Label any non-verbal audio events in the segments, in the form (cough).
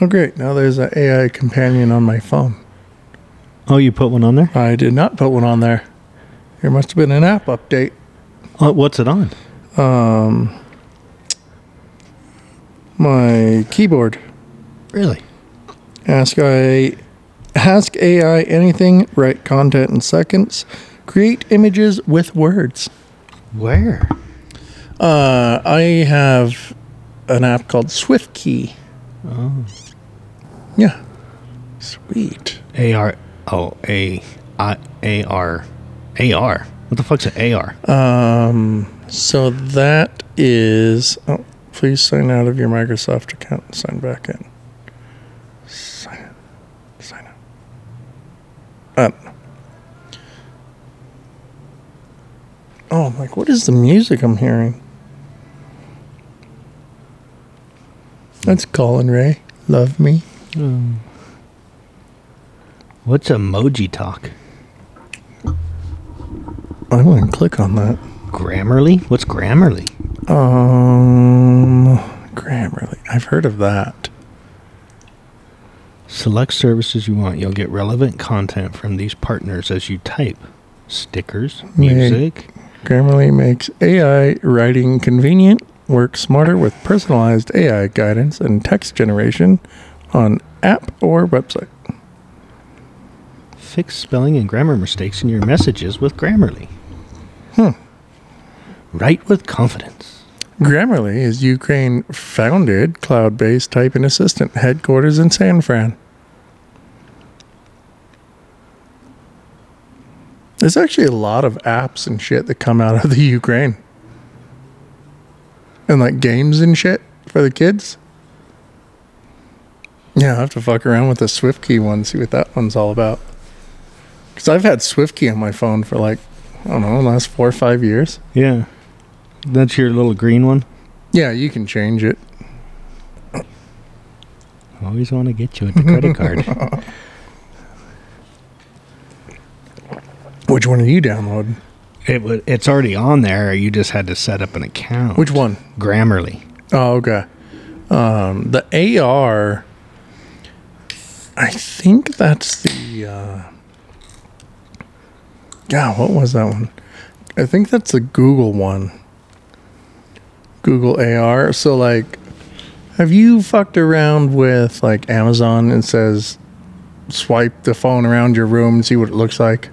Oh, great. Now there's an AI companion on my phone. Oh, you put one on there? I did not put one on there. There must have been an app update. Uh, what's it on? Um, my keyboard. Really? Ask I ask AI anything, write content in seconds, create images with words. Where? Uh, I have an app called SwiftKey. Oh, Yeah. Sweet. A R. Oh, A I A R A R. What the fuck's an AR? Um, so that is. Oh, please sign out of your Microsoft account and sign back in. Sign in. Sign out. Up. Oh, I'm like, what is the music I'm hearing? That's Colin Ray. Love me. What's emoji talk? I wouldn't click on that. Grammarly? What's Grammarly? Um, Grammarly. I've heard of that. Select services you want. You'll get relevant content from these partners as you type stickers, Yay. music. Grammarly makes AI writing convenient, work smarter with personalized AI guidance and text generation on app or website. Fix spelling and grammar mistakes in your messages with Grammarly. Hmm. Write with confidence. Grammarly is Ukraine founded cloud based typing assistant headquarters in San Fran. There's actually a lot of apps and shit that come out of the (laughs) Ukraine. And like games and shit for the kids. Yeah, I'll have to fuck around with the SwiftKey one, see what that one's all about. Because I've had SwiftKey on my phone for like, I don't know, last four or five years. Yeah. That's your little green one. Yeah, you can change it. I always want to get you a (laughs) credit card. Which one are you downloading? It was. It's already on there. You just had to set up an account. Which one? Grammarly. Oh, okay. Um, the AR, I think that's the. Uh, God, what was that one? I think that's the Google one. Google AR. So, like, have you fucked around with like Amazon and says swipe the phone around your room and see what it looks like?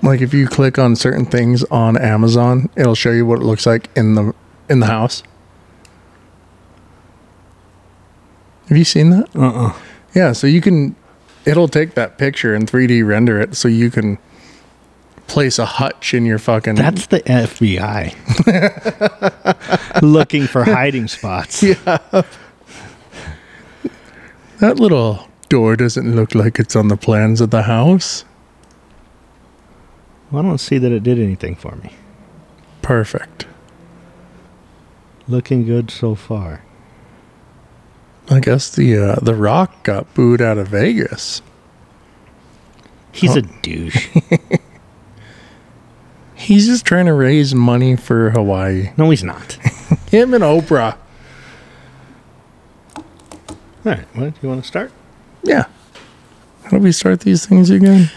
Like if you click on certain things on Amazon, it'll show you what it looks like in the in the house. Have you seen that? Uh uh Yeah, so you can it'll take that picture and 3D render it so you can place a hutch in your fucking That's the (laughs) FBI looking for hiding spots. That little door doesn't look like it's on the plans of the house. Well, I don't see that it did anything for me. Perfect. Looking good so far. I guess the uh, the Rock got booed out of Vegas. He's a (laughs) douche. He's just trying to raise money for Hawaii. No, he's not. Him and Oprah. All right. Well, you want to start? Yeah. How do we start these things again?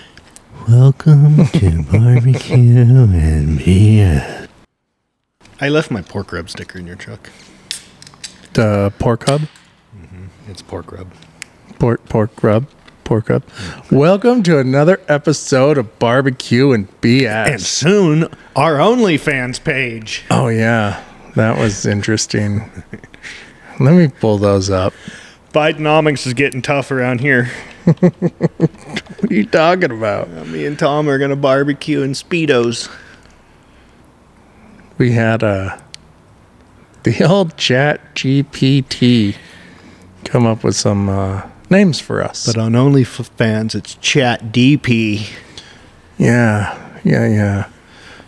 Welcome to barbecue and beer. I left my pork rub sticker in your truck. The pork hub, It's pork rub. pork pork rub, pork hub. Welcome to another episode of barbecue and BS. And soon, our OnlyFans page. oh yeah, that was interesting. Let me pull those up. Bidenomics is getting tough around here. What are you talking about? Me and Tom are gonna barbecue in speedos. we had uh, the old chat gpt come up with some uh, names for us But on OnlyFans, it's Chat DP. yeah yeah yeah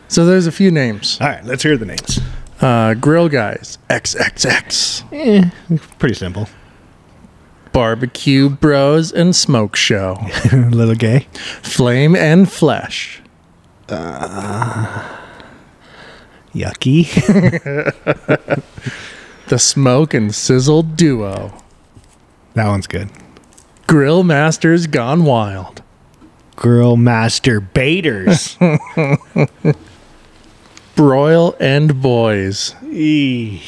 so there's a few names All right, let's hear the names. uh, grill guys xxx Eh, pretty simple. (laughs) barbecue bros and smoke show Little gay. flame and flesh Yucky. The Smoke and Sizzle Duo. (laughs) That one's good. Grill Masters Gone Wild. Grill Master (laughs) Baiters. Broil and Boys. Eee.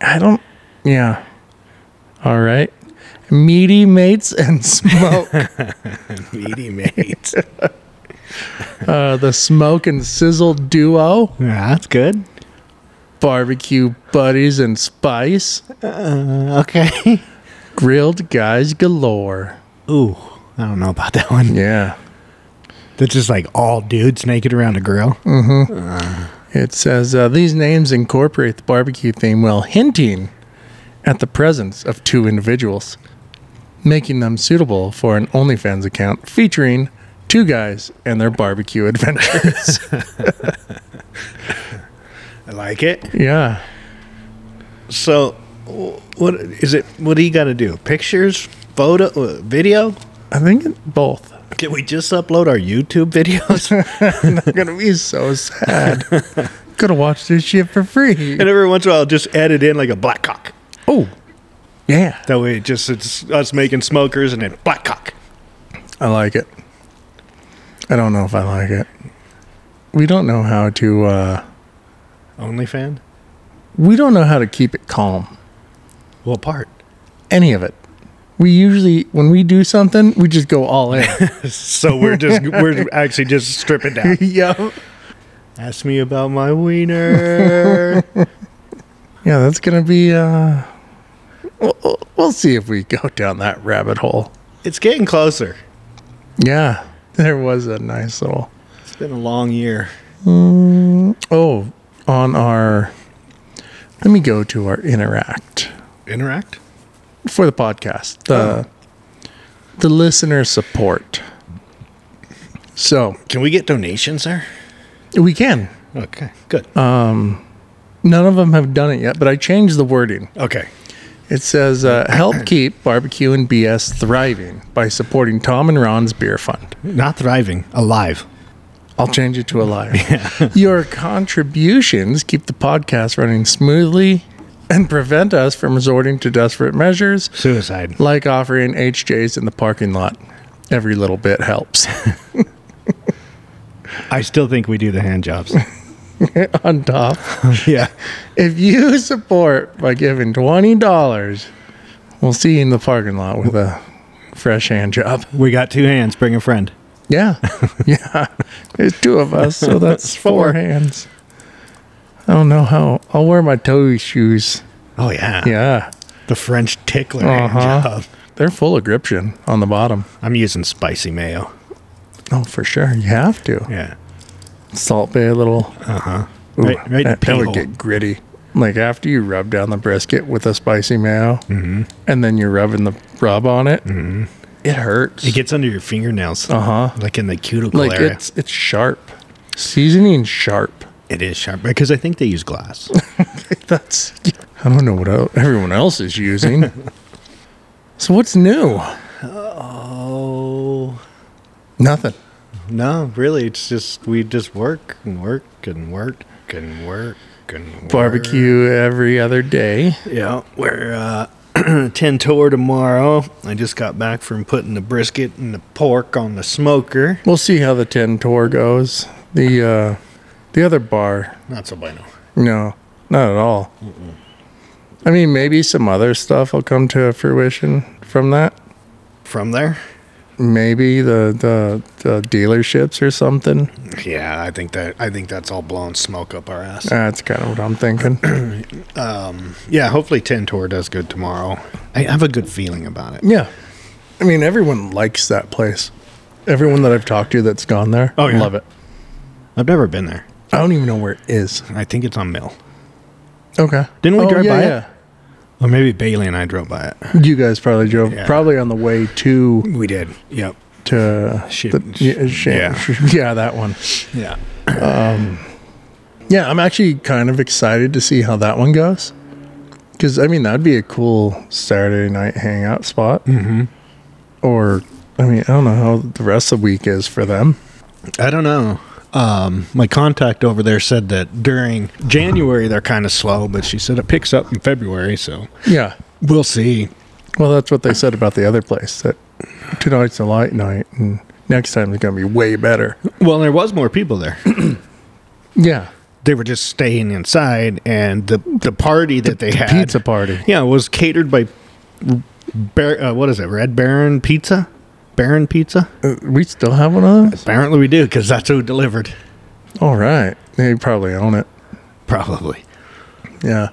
I don't. Yeah. All right. Meaty Mates and Smoke. Meaty mate. uh, the Smoke and Sizzle Duo. (laughs) Yeah, that's good. Barbecue Buddies and Spice. Uh, okay. (laughs) Grilled Guys Galore. Ooh, I don't know about that one. Yeah. That's just like all dudes naked around a grill. It says uh, these names incorporate the barbecue theme while hinting at the presence of two individuals, making them suitable for an OnlyFans account featuring two guys and their barbecue (laughs) adventures. I like it. yeah. So, wh- what is it? What do you got to do? Pictures, photo, uh, video? I think it- both. (laughs) Can we just upload our YouTube (laughs) videos? I'm going to be so (laughs) sad. going to watch this shit for free. and every once in a while, just edit in like a black cock. Oh, yeah. That way, it just it's us making smokers and then black cock. I like it. I don't know if I like it. We don't know how to. Uh, OnlyFan? we don't know how to keep it calm. What part? any of it. We usually, when we do something, we just go all in. So we're just we're actually just stripping (laughs) down. yeah. Ask me about my (laughs) wiener. Yeah, that's going to be, uh, we'll, we'll see if we go down that rabbit hole. it's getting closer. Yeah, there was a nice little, It's been a long year. oh, on our, let me go to our interact Interact. for the podcast, the, the listener support. So Can we get donations there? we can. Okay. Uh, Good. None of them have done it yet, but I changed the wording. okay. It says, uh, help keep barbecue and BS thriving by supporting Tom and Ron's beer fund. Not thriving. Alive. I'll change it to alive. Your contributions keep the podcast running smoothly and prevent us from resorting to desperate measures Suicide. like offering HJs in the parking lot. Every little bit helps. (laughs) I still think we do the hand (laughs) jobs. On top, yeah. if you support by giving $20, we'll see you in the parking lot with a fresh hand job. We got two hands. Bring a friend. Yeah. (laughs) yeah. There's two of us, (laughs) so that's four four. hands. I don't know how. I'll wear my toe shoes. Oh, yeah. Yeah. The French tickler Uh-huh. hand job. They're full of gription on the bottom. I'm using spicy mayo. Oh, for sure. You have to. Yeah. Salt Bay a little. Ooh, Right, right in the that, that pee would hole. get gritty. Like after you rub down the brisket with a spicy mayo Mm-hmm. and then you're rubbing the rub on it, it hurts. It gets under your fingernails. Uh-huh. Like in the cuticle like area. it's it's sharp. Seasoning sharp. It is sharp because I think they use (laughs) glass. That's I don't know what el- everyone else is using. (laughs) so what's new? oh. Nothing. No, really. It's just, we just work and work and work and work and work. Barbecue every other day. Yeah, we're uh, (clears throat) 10 tour tomorrow. I just got back from putting the brisket and the pork on the smoker. We'll see how the ten tour goes. The uh, the other bar, Not so bueno. no, not at all. I mean, maybe some other stuff will come to fruition from that. From there? Maybe the the, the dealerships or (laughs) something. Yeah, I think that I think that's all blown smoke up our ass. That's kind of what I'm thinking. Yeah, hopefully 10 tour does good tomorrow. I have a good feeling about it. Yeah. I mean, everyone likes that place. Everyone that I've talked to that's gone there, Oh, yeah. love it. I've never been there. I don't even know where it is. I think it's on Mill. Okay. Didn't we drive by it? yeah. Or maybe Bailey and I drove by it. You guys probably drove, Yeah. probably on the way to We did. Yep. to Shit. the- yeah, shit. (laughs) yeah. that one. Yeah. Yeah, I'm actually kind of excited to see how that one goes. Because I mean, that'd be a cool Saturday night hangout spot. Mm-hmm. Or I mean, I don't know how the rest of the week is for them. I don't know. um, my contact over there said that during January they're kind of slow, but she said it picks up in February, so Yeah. we'll see. Well, that's what they said about the other place that tonight's a light night and next time it's going to be way better. Well, there was more people there. Yeah. (clears throat) They were just staying inside, and the the party that they had, Pizza party. yeah, was catered by, Bar- uh, what is it, Red Baron Pizza, Baron Pizza? Uh, we still have one of those? Apparently we do, because that's who delivered. All right. They probably own it. Probably. Yeah.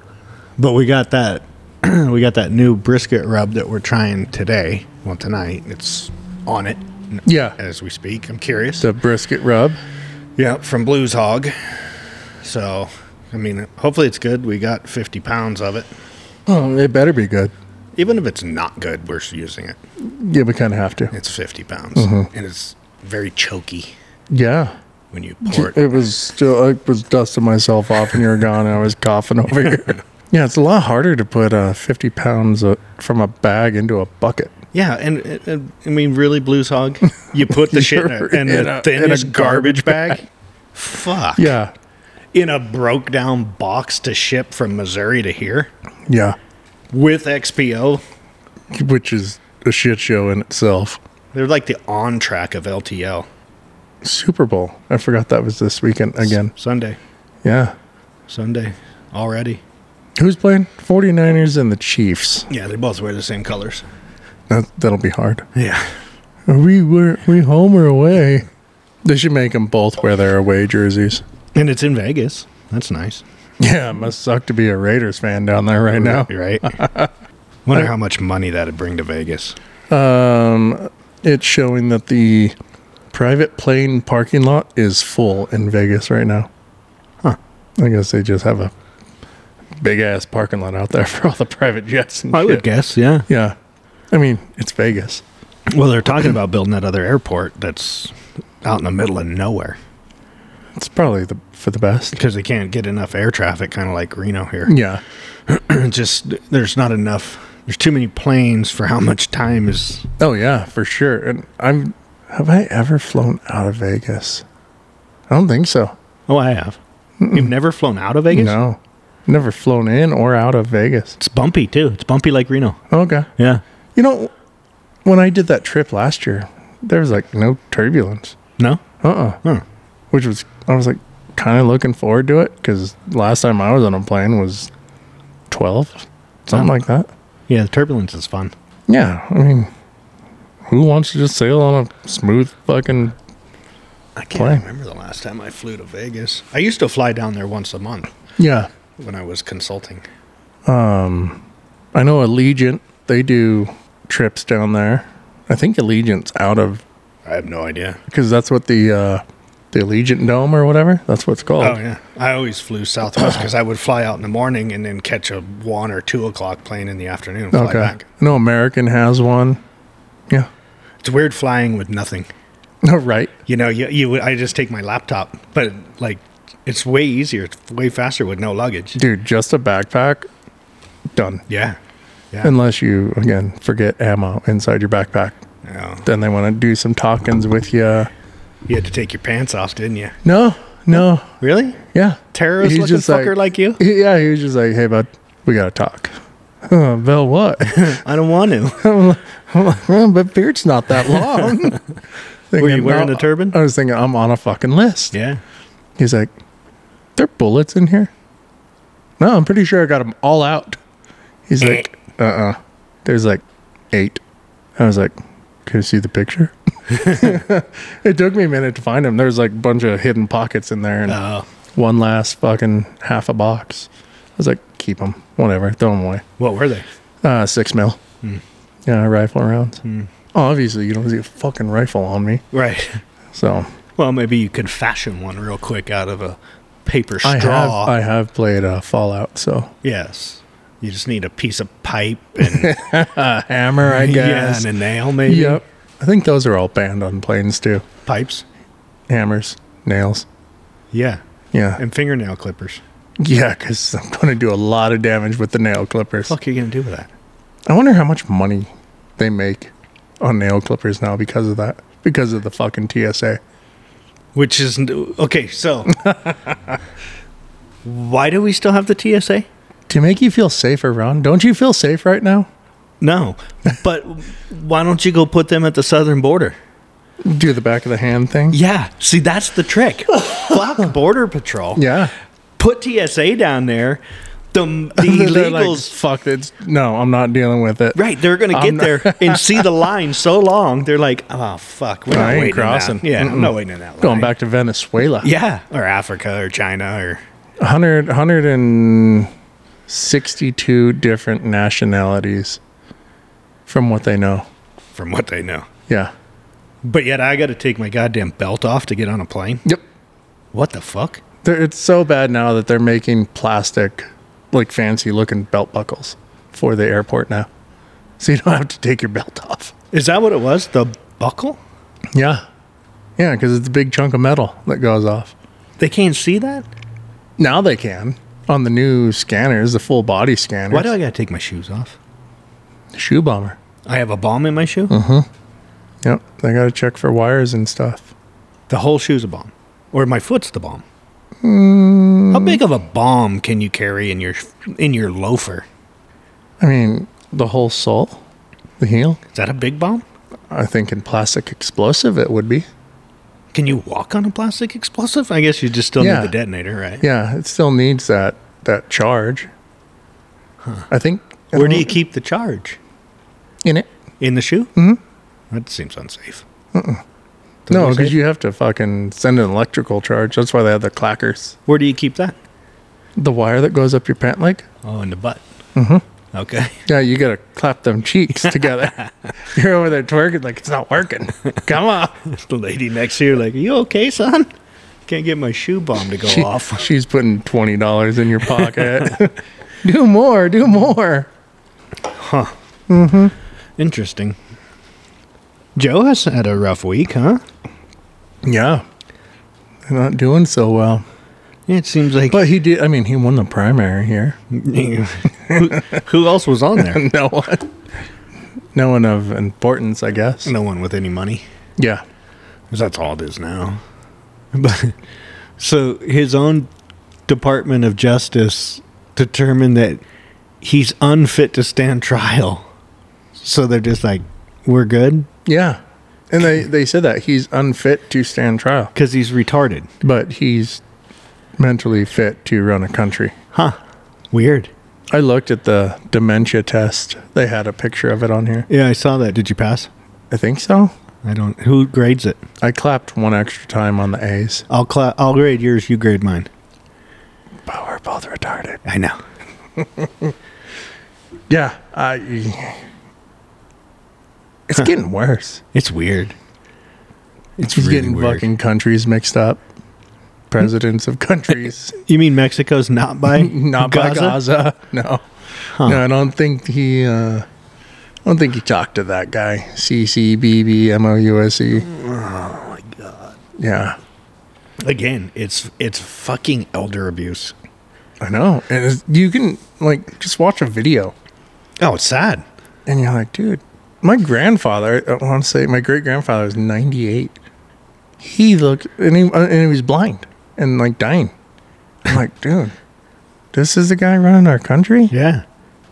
But we got that (clears throat) we got that new brisket rub that we're trying today. Well, tonight it's on it Yeah. as we speak. I'm curious. The brisket rub. yeah, from Blues Hog. So, I mean, hopefully it's good. We got 50 pounds of it. Oh, it better be good. Even if it's not good, we're using it. Yeah, we kind of have to. It's 50 pounds, Mm-hmm. and it's very choky Yeah. (laughs) when you pour it. It was still, I was dusting myself off and you were gone and I was coughing over here. (laughs) Yeah, it's a lot harder to put uh, 50 pounds uh, from a bag into a bucket. Yeah, and, and I mean, really, Blues Hog, you (laughs) put the shit in, a, You're in in, the a- in a thinnest garbage garbage, bag. Fuck. Yeah. in a broke down box to ship from Missouri to here Yeah. with XPO. Which is a shit show in itself. They're like the on track of LTL Super Bowl. I forgot that was this weekend again. Sunday, Yeah. Sunday already. Who's playing? 49ers and the Chiefs. Yeah, they both wear the same colors. That, that'll be hard. Yeah, Are we, were we home or away? They should make them both wear their away jerseys. and it's in Vegas. That's nice. Yeah, it must suck to be a Raiders fan down there right now. right? (laughs) Wonder how much money that'd bring to Vegas. Um, it's showing that the private plane parking lot is full in Vegas right now. Huh. I guess they just have a big ass parking lot out there (laughs) for all the private jets and shit. guess, yeah. Yeah. I mean, it's Vegas. Well, they're talking about building that other airport that's out in the middle of nowhere It's probably the for the best. because they can't get enough air traffic, kind of like Reno here. Yeah. It just there's not enough. There's too many planes for how much time is. Oh yeah, for sure. And I'm have I ever flown out of Vegas? I don't think so. Oh, I have. You've never flown out of Vegas? No. Never flown in or out of Vegas. It's bumpy too. It's bumpy like Reno. Okay. Yeah. You know, when I did that trip last year, there was like no turbulence. No. Uh uh Huh. Which was, I was like kind of looking forward to it because last time I was on a plane was 12, something Oh. like that. Yeah, the turbulence is fun. Yeah. I mean, who wants to just sail on a smooth fucking. I can't Plane. remember the last time I flew to Vegas. I used to fly down there once a month Yeah. when I was consulting. I know Allegiant, they do trips down there. I think Allegiant's out of, I have no idea. because that's what the, uh, the Allegiant Dome or whatever, that's what it's called. Oh yeah, I always flew Southwest because I would fly out in the morning and then catch a one or two o'clock plane in the afternoon and fly back. I know American has one. Yeah. (laughs) It's weird flying with nothing. Oh, right. You know, you, you I just take my laptop, but like it's way easier, it's way faster with no luggage. Dude, just a backpack, done. Yeah. Yeah. Unless you, again, forget ammo inside your backpack. Yeah. Then they want to do some talkings with you. Oh, You had to take your pants off, didn't you? No, no. Really? Yeah. Terrorist He's looking just fucker (laughs) like you? Yeah, he was just like, hey, bud, we got to talk. Uh, Bill, what? I don't want to. I'm like, well, but beard's not (laughs) that long. Were you Thinking, wearing no, a turban? I was thinking, I'm on a fucking list. yeah. He's like, "There are bullets in here?" No, I'm pretty sure I got them all out. He's (clears throat) like, "Uh, uh There's like eight. I was like, "Can you see the (laughs) picture?" (laughs) it took me a minute to find them. There's like a bunch of hidden pockets in there, and Uh, one last fucking half a box. I was like, "Keep them, whatever. Throw them away." what were they? Uh, six mil. Yeah, rifle rounds. Oh, Obviously, you don't see a fucking rifle on me, Right. (laughs) so Well, maybe you could fashion one real quick out of a paper I have straw. I have played uh, Fallout, so yes. You just need a piece of pipe and, hammer, (laughs) I yeah, guess. and a nail, maybe. Yep. I think those are all banned on planes too. Pipes. Hammers, nails. Yeah. Yeah. And fingernail clippers. yeah, because I'm going to do a lot of damage with the nail clippers. Fuck, are you gonna do with that? I wonder how much money they make on nail clippers now because of that, because of the fucking TSA. Which is okay. So, (laughs) why do we still have the TSA? To make you feel safer, Ron. Don't you feel safe right now? No, but why don't you go put them at the southern border? Do the back of the hand thing? Yeah, see that's the trick. (laughs) Fuck border patrol. Yeah. Put TSA down there. The the (laughs) They're like, illegals. fuck it's no, I'm not dealing with it. Right, they're gonna get I'm (laughs) there and see the line so long. They're like, oh fuck, we're I not ain't waiting in crossing. That. Yeah, Mm-mm. I'm not waiting in that line. Going back to Venezuela. Yeah, or Africa or China or 100, 162 different nationalities from what they know. from what they know. Yeah. But yet I got to take my goddamn belt off to get on a plane. Yep. What the fuck? They're, it's so bad now that they're making plastic, like fancy looking belt buckles for the airport now. So you don't have to take your belt off. Is that what it was? The buckle? Yeah. Yeah, because it's a big chunk of metal that goes off. They can't see that. Now they can on the new scanners, the full body scanners. Why do I got to take my shoes off? Shoe bomber. I have a bomb in my shoe. Yep. They got to check for wires and stuff. The whole shoe's a bomb, or my foot's the bomb. How big of a bomb can you carry in your in your loafer? I mean, the whole sole, the heel. Is that a big bomb? I think in plastic explosive it would be. Can you walk on a plastic explosive? I guess you just still Yeah. need the detonator, right? Yeah, it still needs that that charge. I think. Where do you keep the charge? in it? In the shoe? Mm-hmm. That seems unsafe. Uh-uh. No, because you have to fucking send an electrical charge. That's why they have the clackers. Where do you keep that? The wire that goes up your pant leg. Oh, in the butt. Mm-hmm. Okay. (laughs) Yeah, you gotta clap them (laughs) cheeks together. You're over there twerking like it's not working. Come (laughs) on. the lady next to you, like, are you okay, son? Can't get my shoe bomb to go She- off. She's putting twenty dollars in your (laughs) pocket. do more. Do more. (laughs) Interesting. Joe has had a rough week, huh? Yeah. They're not doing so well. It seems like. (laughs) But he did. I mean, he won the primary here. (laughs) who, who else was on there? no one. No one of importance, I guess. (laughs) No one with any money. Yeah. 'Cause that's all it is now. (laughs) But so his own Department of Justice determined that he's unfit to stand trial. So they're just like, we're good Yeah. And they, they said that he's unfit to stand trial, because he's retarded. but he's mentally fit to run a country. Huh. Weird. I looked at the dementia test. They had a picture of it on here. Yeah, I saw that. Did you pass? I think so. I don't. Who grades it? I clapped one extra time on the A's. I'll cla- I'll grade yours. You grade mine. But we're both retarded. I know. Yeah. I, it's getting worse. It's weird. It's He's getting fucking countries mixed up. Presidents of (laughs) countries. You mean Mexico's (laughs) not by Not by Gaza. No. No, I don't think he uh I don't think he talked to that guy. C C B B M O U S E. Oh my god. Yeah. Again, it's it's fucking elder abuse. I know. And it's, you can like just watch a video Oh, it's sad. and you're like, dude, my grandfather, I want to say my great grandfather was 98. He looked and he, uh, and he was blind and like dying. I'm like, (laughs) dude, this is the guy running our country? Yeah,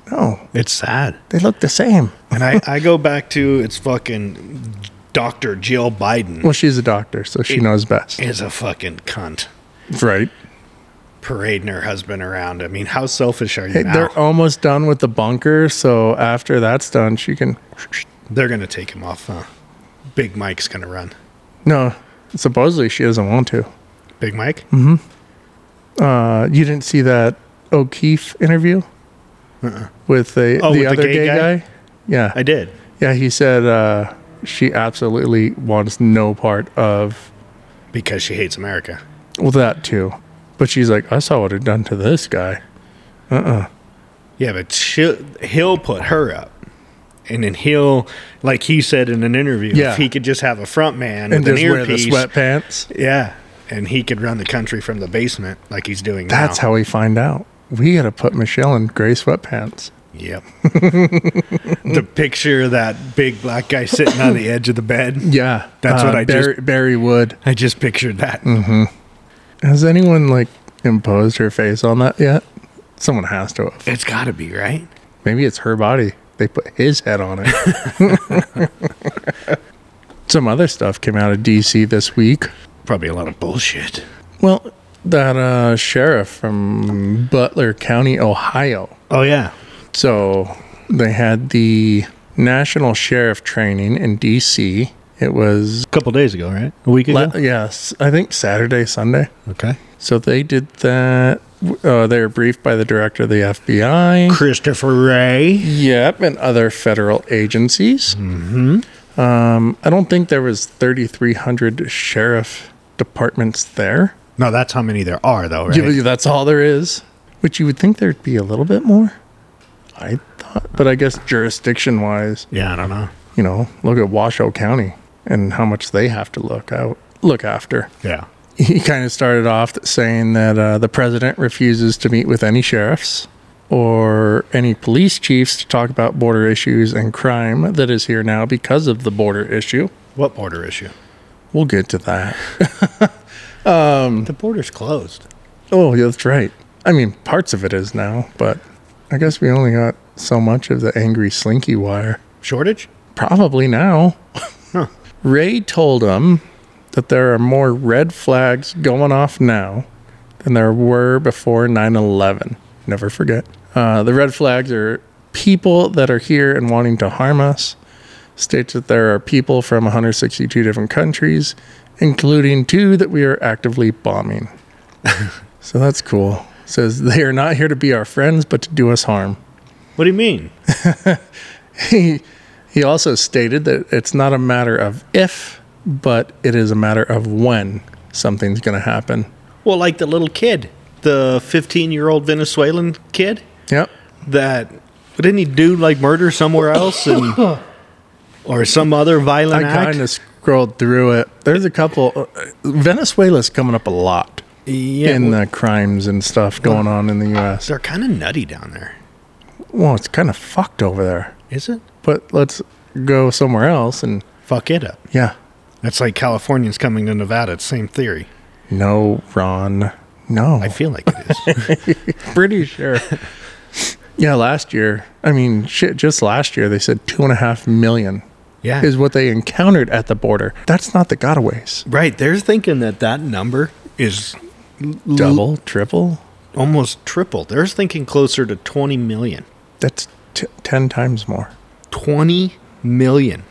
No, it's sad. they look the same. And I I go back to it's fucking Doctor Jill Biden Well, she's a doctor, so she It- knows best. is a fucking cunt Right. parading her husband around. I mean, how selfish are you? Hey, now? they're almost done with the bunker, so after that's done, she can. they're gonna take him off. Huh? Big Mike's gonna run. No, supposedly she doesn't want to. Big Mike. Uh, you didn't see that O'Keefe interview with the Oh, the with the other gay gay guy? guy? Yeah, I did. yeah. He said uh, she absolutely wants no part of because she hates America. well that too, but she's like, I saw what it done to this guy. Yeah, but she, he'll put her up. And then he'll, like he said in an interview, Yeah. if he could just have a front man And with an just wear the earpiece. sweatpants. Yeah. And he could run the country from the basement like he's doing That's now. how we find out. We got to put Michelle in gray sweatpants. Yep. (laughs) the picture of that big black guy sitting on the edge of the bed. Yeah, That's what I just- Uh, Barry, Barry Wood. I just pictured that. Mm. Has anyone like imposed her face on that yet? Someone has to. have. It's got to be, right? Maybe it's her body. They put his head on it. (laughs) (laughs) Some other stuff came out of DC this week. Probably a lot of bullshit. Well, that uh, sheriff from Butler County, Ohio. Oh, yeah. So they had the national sheriff training in DC. It was A couple days ago, right? A week ago? le- yes, I think Saturday, Sunday. okay. So they did that. Uh, they were briefed by the director of the FBI. Christopher Ray. Yep, and other federal agencies. Mm-hmm. Um, I don't think there was 3,300 sheriff departments there. No, that's how many there are, though, right? Yeah, but that's all there is. Which you would think there'd be a little bit more. I thought, but I guess jurisdiction-wise, yeah, I don't know. you know, look at Washoe County and how much they have to look out, look after. (laughs) Yeah. He kind of started off saying that uh, the president refuses to meet with any sheriffs or any police chiefs to talk about border issues and crime that is here now because of the border issue. What border issue? We'll get to that. Hmm. The border's closed. Oh, yeah, that's right. I mean, parts of it is now, but I guess we only got so much of the angry slinky wire. Shortage? Probably now. Ray told him that there are more red flags going off now than there were before 9 11. Never forget. Uh, the red flags are people that are here and wanting to harm us. States that there are people from 162 different countries, including two that we are actively bombing. so that's cool. Says they are not here to be our friends, but to do us harm What do you mean? he (laughs) he also stated that it's not a matter of if, but it is a matter of when something's going to happen. Well, like the little kid, the 15 year old Venezuelan kid Yep. that didn't he do like murder somewhere else (coughs) and or some other violent I act? kind of scrolled through it. There's a couple. uh, Venezuela's coming up a lot yeah, in well, the crimes and stuff going on in the U.S. they're kind of nutty down there, Well, it's kind of fucked over there. is it? But let's go somewhere else and Fuck it up. yeah. That's like Californians coming to Nevada. It's same theory. No, Ron. No. I feel like it (laughs) is. pretty sure. (laughs) yeah, last year. I mean, shit, just last year they said two and a half million yeah, is what they encountered at the border. That's not the gotaways. right. They're thinking that that number is l- Double, triple. almost triple. They're thinking closer to 20 million. That's t- ten times more. 20 million.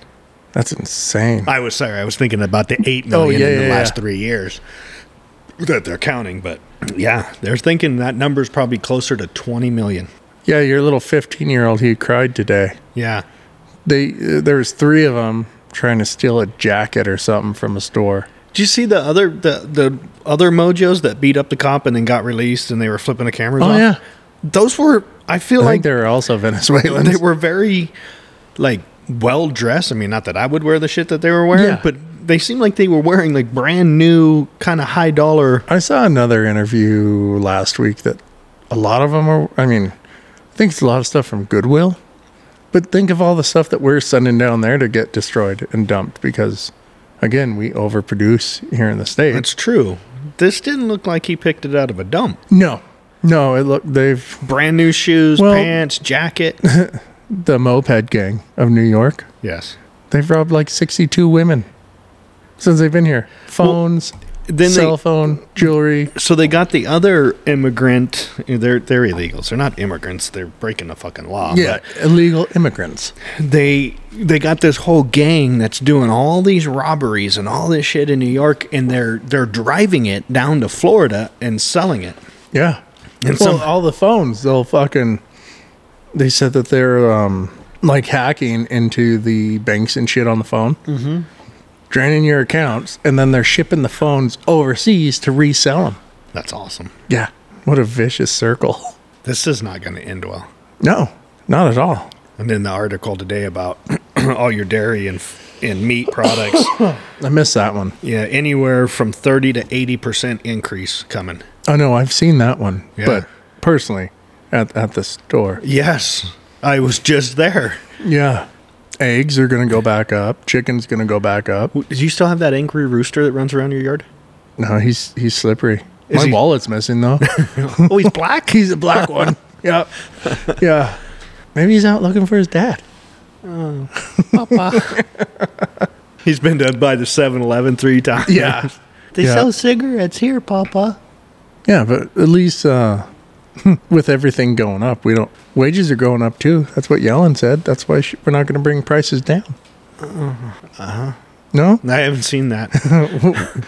That's insane. I was sorry. I was thinking about the eight Oh, million yeah, in the yeah, last yeah. three years that they're counting, but yeah, they're thinking that number's probably closer to twenty million. yeah, your little fifteen-year-old he cried today. Yeah, They uh, there was three of them trying to steal a jacket or something from a store. did you see the other the the other mojos that beat up the cop and then got released and they were flipping the cameras? Oh, off? yeah. those were. I feel I like think they were also Venezuelans. they were very like well dressed. I mean, not that I would wear the shit that they were wearing, Yeah. but they seemed like they were wearing like brand new kind of high dollar. (laughs) I saw another interview last week that a lot of them are. I mean, I think it's a lot of stuff from Goodwill, but think of all the stuff that we're sending down there to get destroyed and dumped because, again, we overproduce here in the states. That's true. This didn't look like he picked it out of a dump. no, no. It look they've brand new shoes, Well- (laughs) pants, jacket. the moped gang of New York. yes. They've robbed like sixty-two women since they've been here. Phones, Then cell phone, jewelry. they so they got the other immigrant. They're they're illegals. They're not immigrants. They're breaking the fucking law. Yeah, illegal immigrants. But they they got this whole gang that's doing all these robberies and all this shit in New York, and they're they're driving it down to Florida and selling it. Yeah. And well, some- all the phones, they'll fucking. They said that they're um, like hacking into the banks and shit on the phone, mm-hmm. draining your accounts, and then they're shipping the phones overseas to resell them. That's awesome. Yeah. What a vicious circle. This is not going to end well. (laughs) No, not at all. And then the article today about (clears throat) all your dairy and f- and meat (coughs) products. I missed that one. yeah, anywhere from thirty to eighty percent increase coming. I know I've seen that one, Yeah. but personally, at, at the store, Yes. I was just there. Yeah. Eggs are going to go back up. Chicken's going to go back up. Do you still have that angry rooster that runs around your yard? No, he's he's slippery. Is My he- wallet's missing (laughs) though. Oh, he's (laughs) black. he's a black one. Yeah. Yeah. Maybe he's out looking for his dad. he's been to by the 7-Eleven three times. (laughs) Yeah. they Yeah. sell cigarettes here, Papa. Yeah, but at least uh, (laughs) with everything going up, we don't. Wages are going up too. That's what Yellen said. That's why she, we're not going to bring prices down. Mm-hmm. Uh huh. (laughs) I haven't seen that.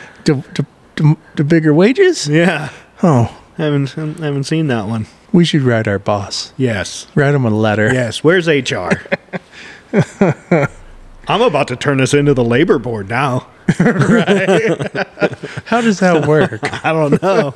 (laughs) No, to, to, to, to bigger wages. yeah, Oh, haven't haven't seen that one. we should write our boss. Yes, Write him a letter. yes. Where's (laughs) HR? I'm about to turn us into the labor board now. How does (laughs) that work? I don't know,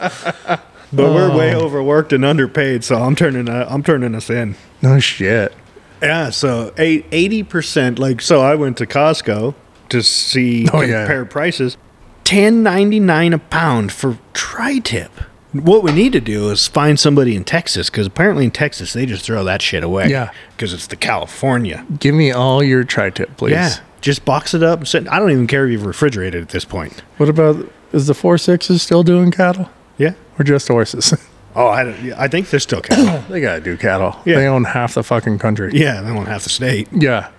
but we're way overworked and underpaid, so I'm turning uh, I'm turning us in. (laughs) no shit. Yeah, so eighty percent. Like, so I went to Costco to see Oh, yeah. compare prices. Ten ninety nine a pound for tri-tip. What we need to do is find somebody in Texas because apparently in Texas they just throw that shit away. Yeah. because it's the California. Give me all your tri-tip, please. Yeah, just box it up and send. I don't even care if you've refrigerated at this point. What about is the four sixes still doing cattle Yeah. or just horses? (laughs) Oh, I don't. yeah, I think they're still (coughs) cattle. they gotta do cattle. Yeah. They own half the fucking country. yeah, they won't have the state. Yeah.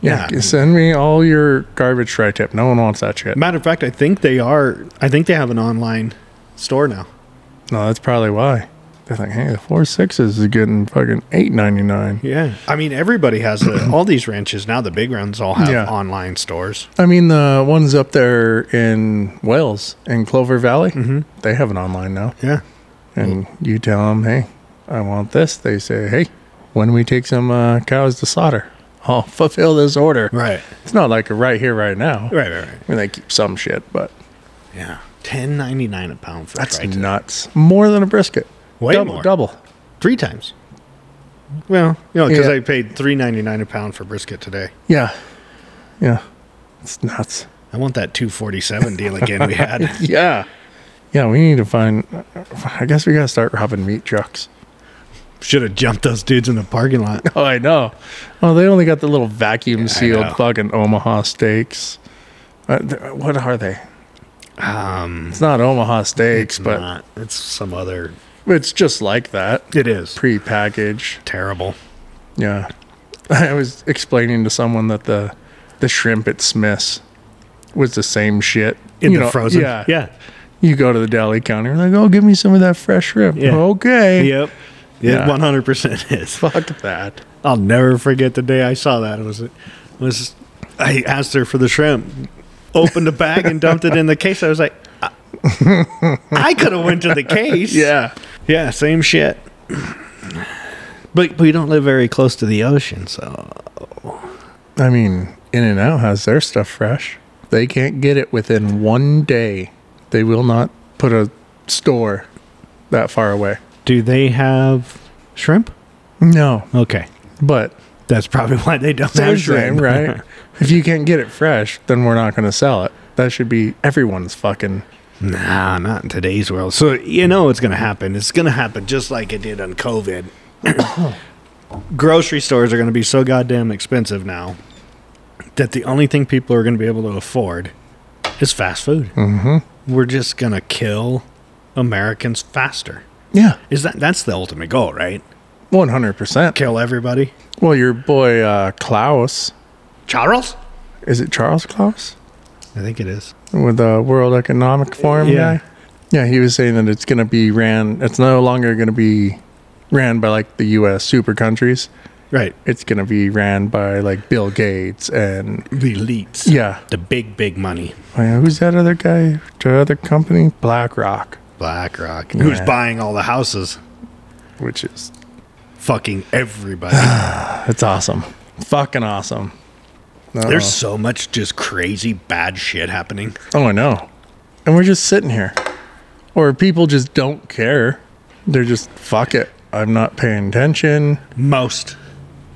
Yeah. Yeah. Send me all your garbage tri tip. No one wants that shit. No, Matter of fact, I think they are. I think they have an online store now. that's probably why. They think, hey, the four sixes is getting fucking eight ninety nine. Yeah. I mean, everybody has (clears throat) a, all these ranches now. The big ones all have Yeah. online stores. I mean the ones up there in Wales in Clover Valley, Mm-hmm. they have an online now. Yeah. Mm-hmm. And you tell them, hey, I want this. They say, hey, when we take some uh, cows to slaughter, I'll (laughs) fulfill this order. Right. It's not like a right here, right now. Right. Right. Right. I mean, they keep some shit, but Yeah. Ten ninety nine a pound for that's a tri-tip. nuts. More than a brisket. Way double, more. double. Three times. Well, you know, because Yeah. I paid three ninety nine a pound for brisket today. Yeah. Yeah. It's nuts. I want that two forty seven deal again we had. (laughs) Yeah. Yeah, we need to find. I guess we got to start robbing meat trucks. Should have jumped those dudes in the parking lot. Oh, I know. Oh, they only got the little vacuum know. sealed fucking Omaha steaks. Uh, th- what are they? Um, It's not Omaha steaks, it's but not. It's some other. it's just like that. It is Pre-packaged. terrible. Yeah. (laughs) I was explaining to someone that the the shrimp at Smith's was the same shit. In You the know, frozen. Yeah. Yeah. You go to the deli counter, like, oh, give me some of that fresh shrimp. Yeah. Okay. Yep. Yeah. It one hundred percent is. Fuck that. I'll never forget the day I saw that. It was it was I asked her for the shrimp, opened the bag and dumped it in the case. I was like, I, I could have went to the case. Yeah. yeah, same shit. But we don't live very close to the ocean, so I mean, In and Out has their stuff fresh. They can't get it within one day. They will not put a store that far away. do they have shrimp? No, Okay, but that's probably why they don't same have thing, shrimp, (laughs) right? if you can't get it fresh, then we're not going to sell it. That should be everyone's fucking. Nah, not in today's world. So you know what's going to happen. It's going to happen just like it did on COVID. (coughs) Grocery stores are going to be so goddamn expensive now that the only thing people are going to be able to afford is fast food. Mm-hmm. We're just going to kill Americans faster. Yeah, Is that that's the ultimate goal, right? one hundred percent. Kill everybody. Well, your boy uh, Klaus, Charles? is it Charles Klaus I think it is. with the World Economic Forum Yeah. guy? Yeah, he was saying that it's going to be ran. It's no longer going to be ran by like the U.S. super countries. Right. It's going to be ran by like Bill Gates and The elites. yeah, The big big money. Oh, yeah, who's that other guy? The other company, BlackRock, BlackRock. Who's Yeah. buying all the houses? which is Fucking everybody. (laughs) That's awesome. Fucking awesome. Uh, There's so much just crazy bad shit happening. oh, I know. And we're just sitting here. Or people just don't care. They're just, fuck it. I'm not paying attention. Most.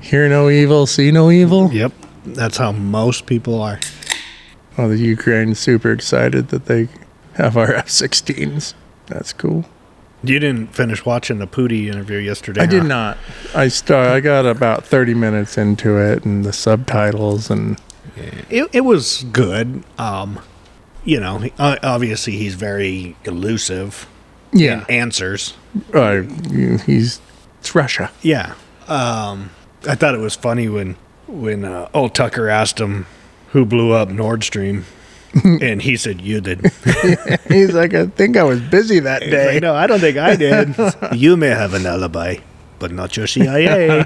Hear no evil, see no evil. Yep. That's how most people are. Oh, the (laughs) Ukraine's super excited that they have our F 16s. That's cool. You didn't finish watching the Pooty interview yesterday. I did huh? not. I start. I got about thirty minutes into it, and the subtitles, and It, it was good. Um, you know, he- uh, obviously he's very elusive. yeah, in answers. uh, he's it's Russia. (laughs) Yeah. Um, I thought it was funny when when uh, old Tucker asked him who blew up (laughs) Nord Stream, and he said you did. He's like, I think I was busy that day. no, I don't think (laughs) I did. you may have an alibi, but not your CIA.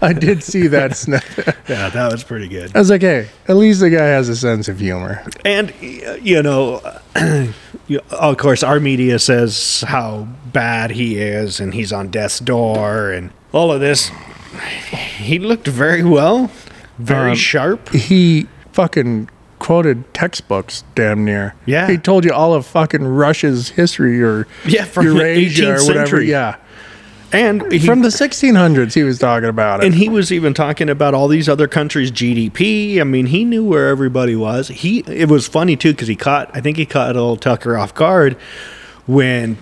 I did see that (laughs) snippet. yeah, that was pretty good. I was like, hey, at least the guy has a sense of humor. And y- you know, (clears throat) you- of course, our media says how bad he is, and he's on death's door, and all of this. He looked very well, very Um, sharp. He fucking quoted textbooks damn near. Yeah. He told you all of fucking Russia's history or Yeah, from the Eurasia or 18th whatever. century. Yeah. And he, From the 1600s, he was talking about it. and he was even talking about all these other countries' GDP. I mean, he knew where everybody was. He it was funny too because he caught. I think he caught old Tucker off guard when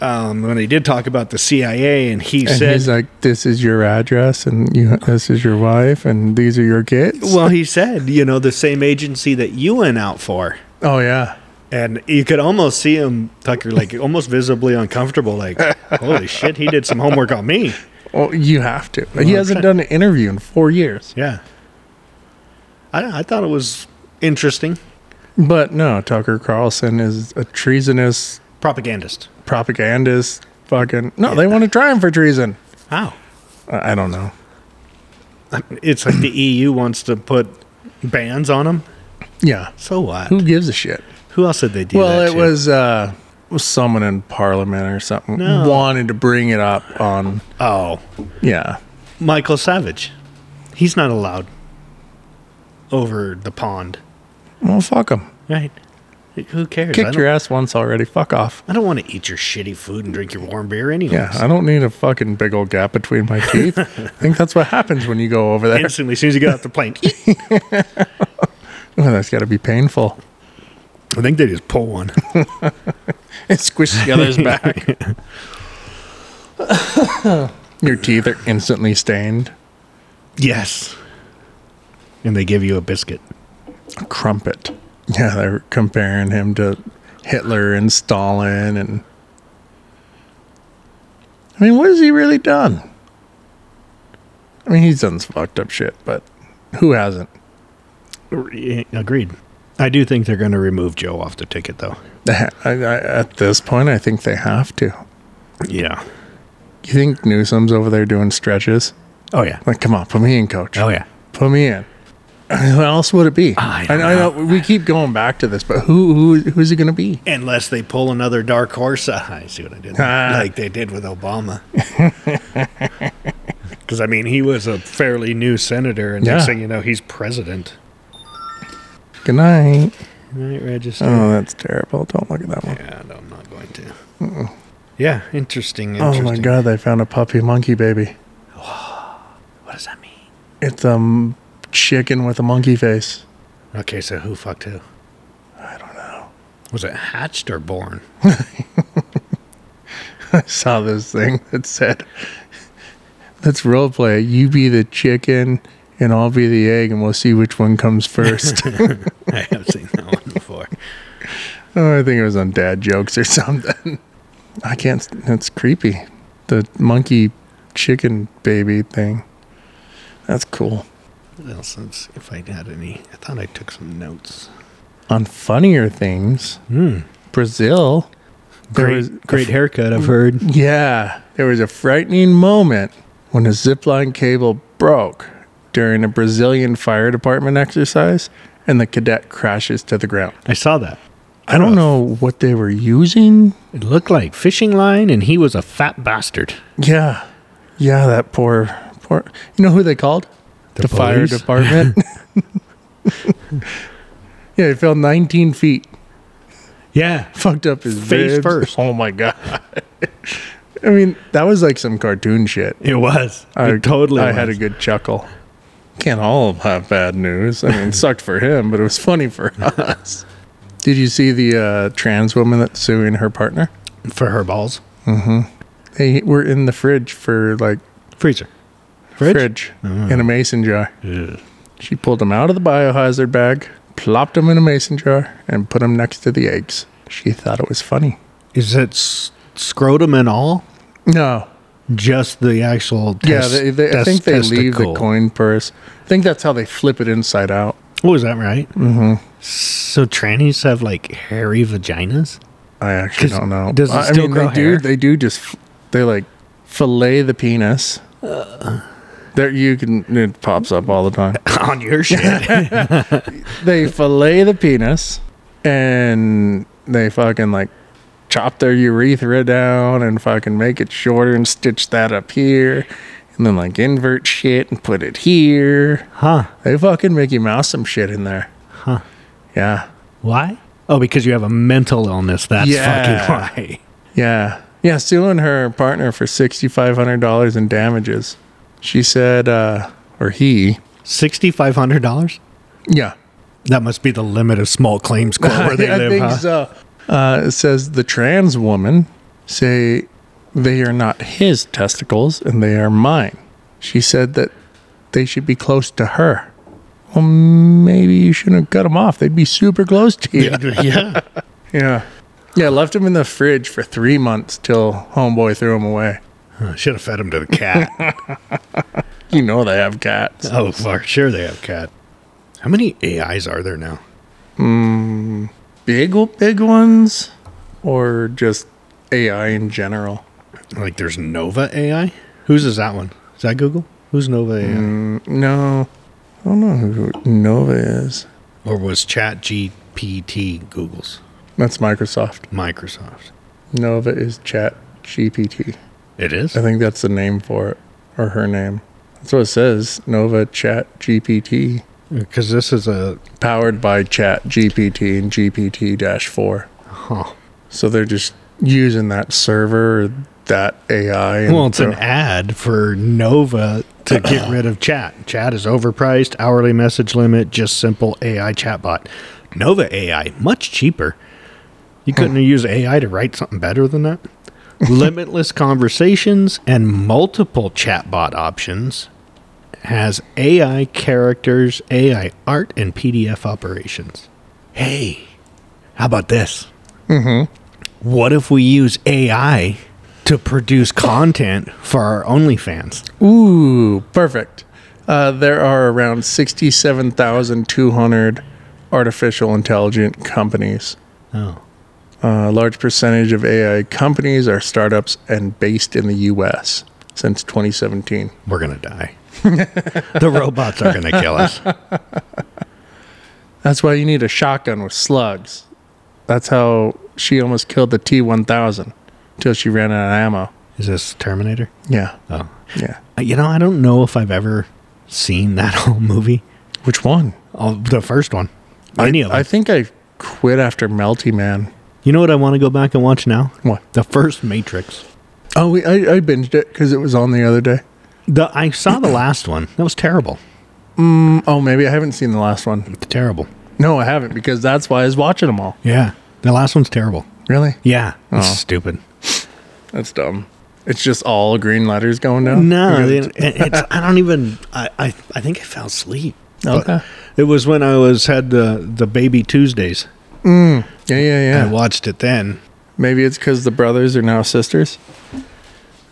um, when they did talk about the CIA, and he And said. he's like, "This is your address, and you, this is your wife, and these are your kids." well, he said, you know, the same agency that you went out for. oh yeah, And you could almost see him, Tucker, like almost visibly (laughs) uncomfortable, like, holy shit, he did some homework on me. well you have to. he hasn't done an interview in four years. Yeah. I, I thought it was interesting. But no, Tucker Carlson is a treasonous Propagandist. propagandist. Fucking no, they want to try him for treason. Wow. I I don't know. It's like the EU wants to put bans on him. Yeah, So what? who Who, gives a shit? else did they do Hmm. well, that it to? was uh, was someone in Parliament or something No. wanted to bring it up on. Oh, Yeah, Michael Savage. He's not allowed over the pond, well, fuck him. right? Who cares? I Kicked don't- your ass once already. Fuck off. I don't want to eat your shitty food and drink your warm beer anyways. Yeah, I don't need a fucking big old gap between my teeth. (laughs) I think that's what happens when you go over there. (laughs) Instantly, as soon as you get off the plane. (laughs) Oh, that's got to be painful. I think they just pull one. It squishes the (laughs) other's back. Your teeth are instantly stained. (laughs) yes. And they give you a biscuit. Crumpet. Yeah, they're comparing him to Hitler and Stalin and. I mean, what has he really done? I mean, he's done some fucked up shit, but who hasn't? Agreed. I do think they're going to remove Joe off the ticket, though. They ha- I, I, at this point, I think they have to. Yeah. You think Newsom's over there doing stretches? Oh, yeah. Like, come on, put me in, coach. oh, yeah. Put me in. Who else would it be? I don't we keep going back to this, but who who who's it going to be? Unless they pull another dark horse. (laughs) I see what I did. there. Ah. like they did with (laughs) Obama. Because, I mean, he was a fairly new senator, and next Yeah. thing you know, he's president. Good night. Right, register. Oh, that's terrible. Don't look at that one. Yeah, no, I'm not going to. Yeah, interesting. Oh interesting. my god, they found a puppy monkey baby. What does that mean? It's a um, chicken with a monkey face. (laughs) Okay, so who fucked who? I don't know. Was it hatched or born? I saw this thing that said, (laughs) "Let's role play. You be the chicken, and I'll be the egg, and we'll see which one (laughs) comes first. I have seen that one before. Oh, I think it was on dad jokes or (laughs) something. I can't. That's creepy. The monkey chicken baby thing. That's cool. What else? Let's see if I had any. I thought I took some notes. On funnier things, Brazil. Hmm. there was- haircut, I've heard. Yeah. There was a frightening moment when a zipline cable broke during a Brazilian fire department exercise and the cadet crashes to the ground. I saw that. I don't know what they were using. It looked like fishing line, and he was a fat bastard. Yeah. Yeah, that poor poor you know who they called? The, fire police? department. (laughs) yeah, he fell nineteen feet. Yeah. Fucked up his Face ribs. first. Oh my god. (laughs) I mean, that was like some cartoon shit. It was. I it totally I had a good chuckle. Can't all have bad news. I (laughs) mean, it sucked for him, but it was funny for us. Did you see the uh, trans woman that's suing her partner? a- for her balls. They were in the fridge for like Freezer. fridge, Mm-hmm. Fridge? in a mason jar. Ugh. She pulled them out of the biohazard bag, plopped them in a mason jar, and put them next to the eggs. She thought it was funny. Is it s- scrotum and all? No, Just the actual test, yeah, they, they, I test- think they leave the testicle. coin purse. I think that's how they flip it inside out. Oh, is that right? Mm-hmm. So trannies have like hairy vaginas? (laughs) I actually 'Cause don't know. does it I still mean, grow they hair? do. They do just f- they like fillet the penis. Uh. there you can it pops up all the time. On your shit. they fillet the penis and they fucking like chop their urethra down and fucking make it shorter and stitch that up here and then like invert shit and put it here. (laughs) huh. They fucking Mickey Mouse some shit in there. Huh. Yeah. Why? Oh, because you have a mental illness. That's Yeah. fucking why. Yeah. Yeah, suing her partner for $6,500 in damages. She said, uh, or he. $6,500? Yeah. That must be the limit of small claims (laughs) court where they I live, think huh? so. Uh, it says the trans woman say they are not his testicles and they are mine. She said that they should be close to her. Well, maybe you shouldn't have cut them off. They'd be super close to you. (laughs) (laughs) yeah. yeah. Yeah, left them in the fridge for three months till homeboy threw them away. Should have Oh, fed him to (laughs) the cat. You know they have cats. oh, for sure they have cat. How many AIs are there now? Big, big ones or just AI in general? Like there's Nova AI? Whose is that one? Is that Google? Who's Nova AI? No. I don't know who Nova is. Or was Chat GPT Google's? That's Microsoft. Microsoft. Nova is Chat GPT. It is? I think that's the name for it, or her name. That's what it says. Nova Chat GPT, Because this is a. powered by Chat GPT and GPT 4. Huh. So they're just using that server, that AI. and Well, it's an throw- ad for Nova to get rid of chat. Chat is overpriced, hourly message limit, just simple AI chatbot. Nova AI, much cheaper. You couldn't Hmm. use AI to write something better than that? Limitless conversations and multiple chatbot options has AI characters, AI art, and PDF operations. Hey, how about this? What if we use AI to produce content for our OnlyFans? Ooh, perfect. Uh, there are around 67,200 artificial intelligent companies. Uh, Oh. A large percentage of AI companies are startups and based in the US since 2017. We're going to die. the robots are going to kill us. That's why you need a shotgun with slugs. That's how she almost killed the T 1000 till she ran out of ammo. Is this Terminator? Yeah. Oh. Yeah. You know, I don't know if I've ever seen that (laughs) whole movie. Which one? Oh, the first one. Any I, of them. I think I quit after Melty Man. you know what I want to go back and watch now? What? The first Matrix. Oh, we, I, I binged it because it was on the other day. The I saw the last one. That was terrible. Oh, maybe I haven't seen the last one. Terrible. No, I haven't because that's why I was watching them all. Yeah. The last one's terrible. Really? Yeah. It's Oh. stupid. That's dumb. It's just all green letters going down. No, Okay. they- it- it's, I don't even. I, I I think I fell asleep. But Okay. It was when I was had the the baby Tuesdays. Yeah, yeah, yeah. I watched it then. Maybe it's because the brothers are now sisters.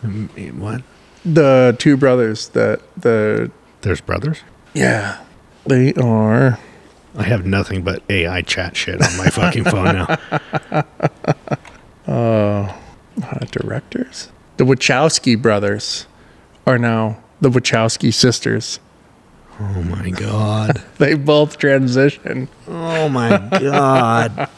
Eh, What? The two brothers that the There's brothers. yeah, they are. I have nothing but AI chat shit on my fucking phone (laughs) now. uh, directors. The Wachowski brothers are now the Wachowski sisters. Oh my god. They both transitioned. Oh my god.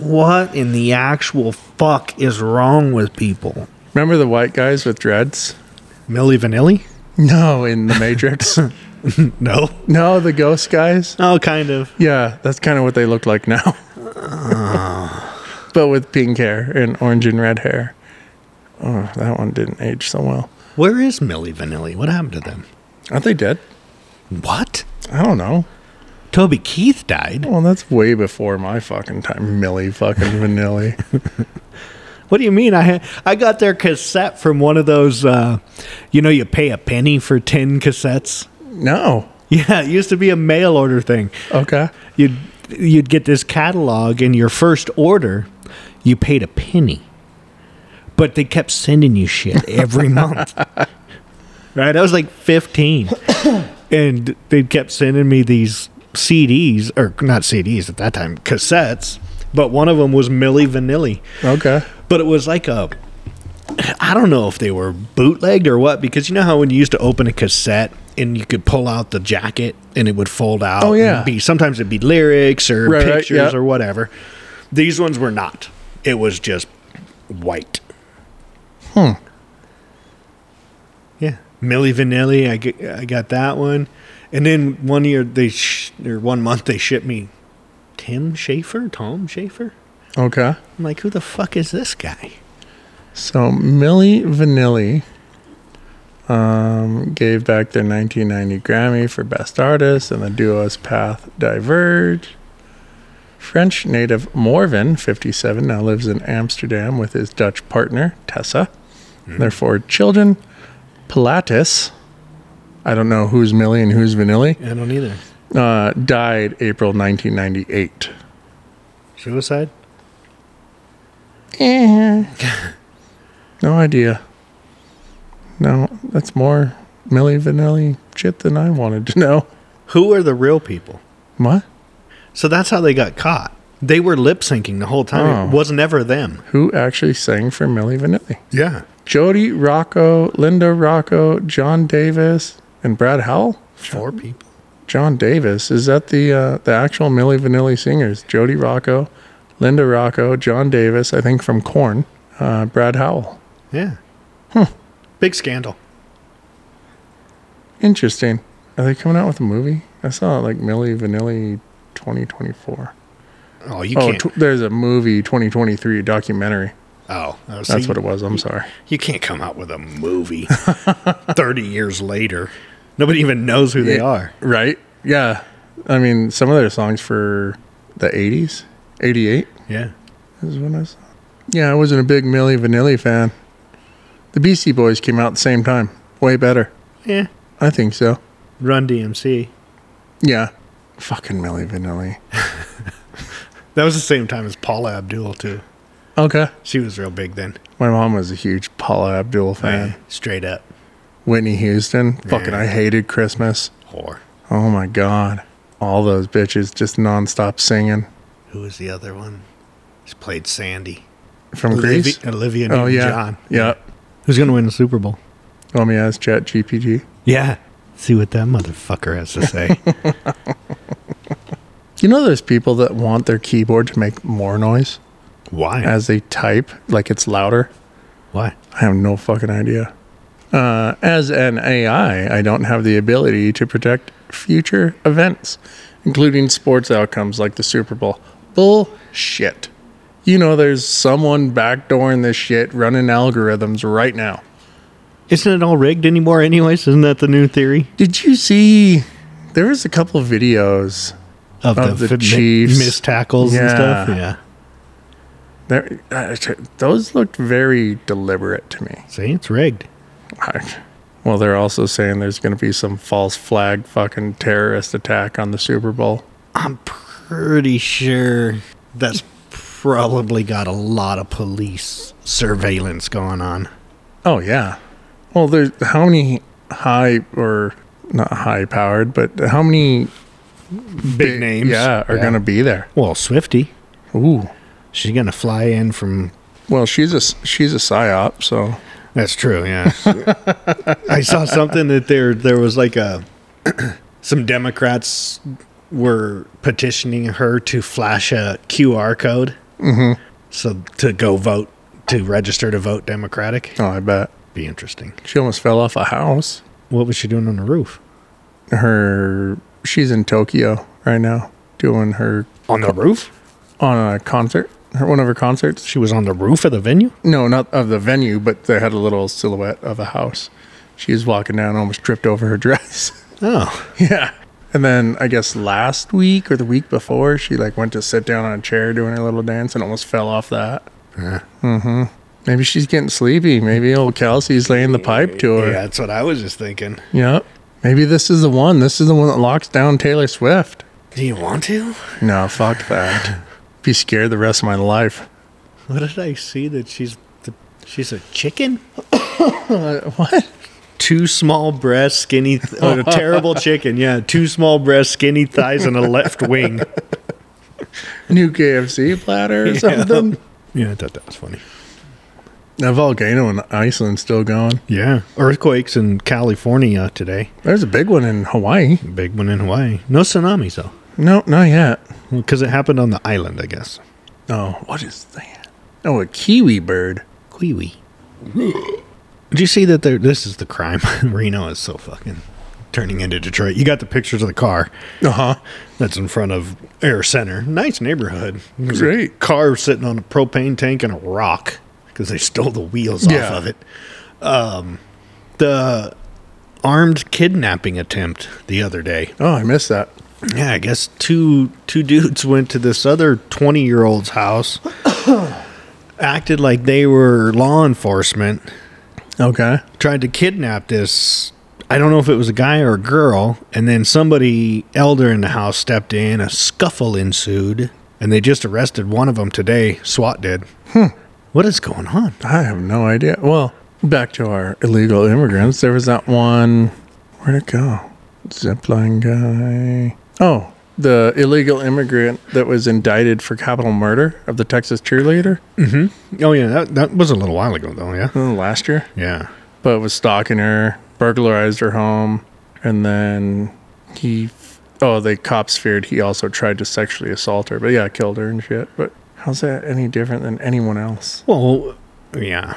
What in the actual fuck is wrong with people? Remember the white guys with dreads? Millie Vanilli? No, in the (laughs) Matrix. No. no, the ghost guys. Oh, kind of. Yeah, that's kind of what they look like now. but with pink hair and orange and red hair. Oh, that one didn't age so well. Where is Millie Vanilli? What happened to them? Aren't they dead? What? I don't know. Toby Keith died. Well, that's way before my fucking time, Millie fucking Vanilli. What do you mean? I had, I got their cassette from one of those. Uh, you know, you pay a penny for ten cassettes. (laughs) No. Yeah, it used to be a mail order thing. Okay. You'd you'd get this catalog, and your first order, you paid a penny. But they kept sending you shit every month. Right, I was like fifteen, and they kept sending me these CDs or not CDs at that time, cassettes. But one of them was Milli Vanilli Okay. but it was like a I don't know if they were bootlegged or what because you know how when you used to open a cassette and you could pull out the jacket and it would fold out. Oh, and yeah. it'd be sometimes it'd be lyrics or Right, right, pictures yeah. or whatever. These ones were not. It was just white. Hmm. Yeah, Milli Vanilli. I get, I got that one, and then one year they sh- or one month they shipped me Tim Schafer, Tom Schafer. Okay. I'm like, who the fuck is this guy? So Millie Vanilli um, gave back their 1990 Grammy for Best Artist, and the duo's path diverged. French native Morvan, 57, now lives in Amsterdam with his Dutch partner Tessa. Their four children, Pilatus. I don't know who's Millie and who's Vanilli. I don't either. Uh, died April 1998. Suicide. No idea. No, that's more Milli Vanilli shit than I wanted to know. Who are the real people? What? So that's how they got caught. They were lip syncing the whole time. Oh. It was never them. Who actually sang for Milli Vanilli? Yeah. Jody Rocco, Linda Rocco, John Davis, and Brad Howell. Four people. John Davis is that the uh, the actual Milli Vanilli singers? Jody Rocco, Linda Rocco, John Davis, I think from Korn, uh, Brad Howell. Yeah. Big scandal. Interesting. Are they coming out with a movie? I saw like Milli Vanilli 2024. Oh, you Oh, can't. tw- there's a movie 2023 documentary. oh, oh, so That's you, what it was. I'm sorry. you can't come out with a movie 30 years later. Nobody even knows who they Yeah. are. Right? Yeah. I mean, some of their songs for the 80s, 88 Yeah. is when I saw. Yeah, I wasn't a big Milli Vanilli fan. The Beastie Boys came out at the same time. Way better. Yeah. I think so. Run DMC. Yeah. Fucking Milli Vanilli. That was the same time as Paula Abdul, too. Okay. She was real big then. My mom was a huge Paula Abdul fan. Yeah. Straight up. Whitney Houston. Fucking, I hated Christmas. Whore. Oh my God. All those bitches just nonstop singing Who was the other one? She played Sandy. from Olivia, Greece. Olivia Oh, yeah. John. Yeah. Who's going to win the Super Bowl? Let me ask Chat GPT. Yeah. See what that motherfucker has to (laughs) say. You know those people that want their keyboard to make more noise Why? as they type, like it's louder? Why? I have no fucking idea. Uh, as an AI, I don't have the ability to protect future events, including sports outcomes like the Super Bowl. Bullshit. You know, there's someone backdooring this shit, running algorithms right now. Isn't it all rigged anymore, anyways? Isn't that the new theory Did you see? There was a couple videos of, Of the fi- mi- Chiefs. missed tackles and Yeah. stuff? Yeah. There, uh, those looked very deliberate to me. See, it's rigged. I- Well, they're also saying there's going to be some false flag fucking terrorist attack on the Super Bowl. I'm pretty sure that's probably got a lot of police surveillance going on. Oh yeah. Well, there's how many high or not high powered, but how many Big, names. yeah are going to be there? Well, Swifty, Ooh. she's gonna fly in from. Well, she's a s- she's a psyop, so That's true. Yeah. (laughs) I saw something that there there was like a (clears throat) some Democrats were petitioning her to flash a QR code, mm-hmm. so to go vote to register to vote Democratic. oh, I bet Be interesting. she almost fell off a house. What was she doing on the roof? Her she's in Tokyo right now doing her On the roof? on a concert, her, one of her concerts. She was on the roof of the venue. No, not of the venue, but they had a little silhouette of a house. She was walking down, almost tripped over her (laughs) dress. Oh, yeah. And then I guess last week or the week before, she like went to sit down on a chair doing her little dance and almost fell off that. Mm-hmm. Maybe she's getting sleepy. Maybe old Kelsey's laying the pipe to her. Yeah, that's what I was just thinking. Yep. Maybe this is the one. This is the one that locks down Taylor Swift. Do you want to? No, fuck that. (laughs) Be scared the rest of my life. What did I see that she's the, she's a chicken? Uh, What? Two small breasts, skinny, th- oh, a terrible chicken. Yeah, two small breasts, skinny thighs, and a left wing. New KFC (laughs) platter or something? Yeah, I thought that was funny. That volcano in Iceland's still going. Yeah, earthquakes in California today. There's a big one in Hawaii. Big one in Hawaii. No tsunamis though, No, not yet. because it happened on the island, I guess. Oh, what is that? Oh, a kiwi bird. Kiwi. Did you see that? There, this is the crime. (laughs) Reno is so fucking turning into Detroit. You got the pictures of the car Uh huh. that's in front of Air Center. Nice neighborhood. There's a Great. car sitting on a propane tank and a rock because they stole the wheels Yeah. off of it. Um, the armed kidnapping attempt the other day. Oh, I missed that. Yeah, I guess two two dudes went to this other twenty year old's house, (coughs) acted like they were law enforcement, Okay. tried to kidnap this. I don't know if it was a guy or a girl, and then somebody elder in the house stepped in. A scuffle ensued, and they just arrested one of them today. SWAT did. Hmm. What is going on? I have no idea. Well, back to our illegal immigrants. There was that one. Where'd it go? Zipline guy. Oh, the illegal immigrant that was indicted for capital murder of the Texas cheerleader Oh yeah, that that was a little while ago though. Yeah, uh, last year, yeah. but was stalking her, burglarized her home, and then he. Oh, the cops feared he also tried to sexually assault her, but yeah, killed her and shit. But how's that any different than anyone else? Well, yeah.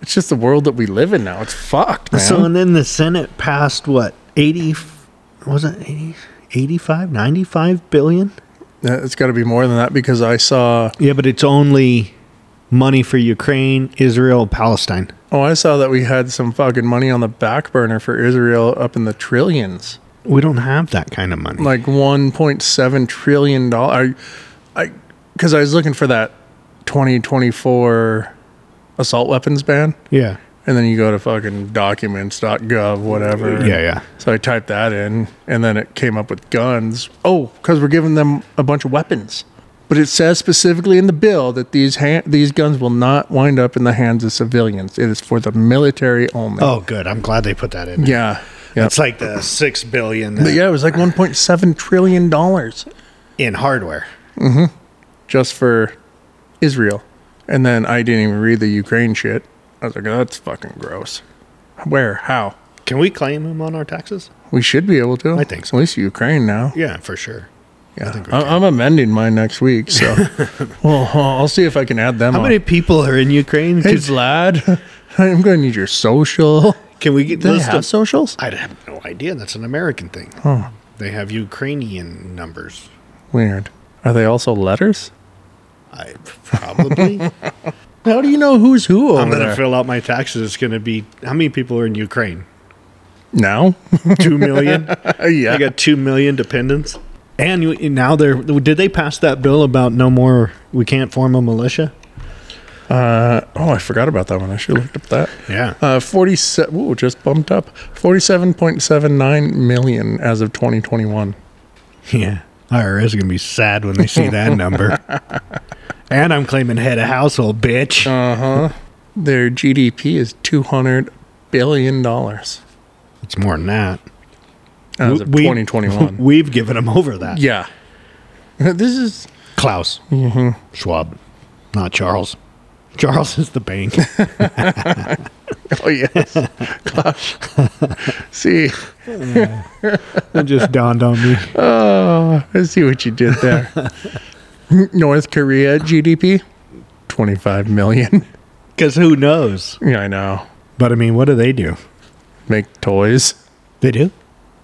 It's just the world that we live in now. It's fucked, man. So and then the Senate passed what 80 was it 80 85 95 billion? Uh, It's got to be more than that because I saw. Yeah, but it's only money for Ukraine, Israel, Palestine. Oh, I saw that we had some fucking money on the back burner for Israel up in the trillions, We don't have that kind of money. like one point seven trillion dollars. I, because I, was looking for that twenty twenty four assault weapons ban, yeah. and then you go to fucking documents.gov, whatever. Yeah, yeah. So I typed that in, and then it came up with guns. Oh, because we're giving them a bunch of weapons. But it says specifically in the bill that these ha- these guns will not wind up in the hands of civilians. It is for the military only. Oh, good. I'm glad they put that in. there. yeah, yeah. It's like the 6 billion But yeah, it was like 1.7 trillion dollars in hardware. just for Israel, and then I didn't even read the Ukraine shit. I was like, oh, that's fucking gross. Where? How? Can we claim them on our taxes? We should be able to. I think so. At least Ukraine now. Yeah, for sure. Yeah, think we I I'm amending mine next week, (laughs) so well, I'll- I'll see if I can add them. How on. many people are in Ukraine? Hey, lad, (laughs) I'm going to need your social. Can we get Do (laughs) they list have of, socials? I have no idea. That's an American thing. They have Ukrainian numbers. Weird. Are they also letters? I (laughs) probably. How do you know who's who over I'm going to there? fill out my taxes. It's going to be how many people are in (laughs) Ukraine? now? (laughs) Uh, Two million. yeah. I got two million dependents. And you- now they're did they pass that bill about no more? We can't form a militia. oh, I forgot about that one. I should have looked up that. Yeah. Uh, 47. Ooh, just bumped up. 47.79 million as of 2021. Yeah. IRS is gonna be sad when they see that (laughs) number. And I'm claiming head of household, bitch. Their GDP is $200 billion as it's more than that. of We- 2021. (laughs) We've given them over (laughs) that. yeah. (laughs) This is. Klaus Mm-hmm. Schwab, not Charles. Charles is the bank. (laughs) Oh yes, (laughs) gosh. See, it just dawned on me. oh, I see what you did there. (laughs) North Korea GDP, twenty-five million. (laughs) Because who knows? Yeah, I know. But I mean, what do they do? Make toys. They do.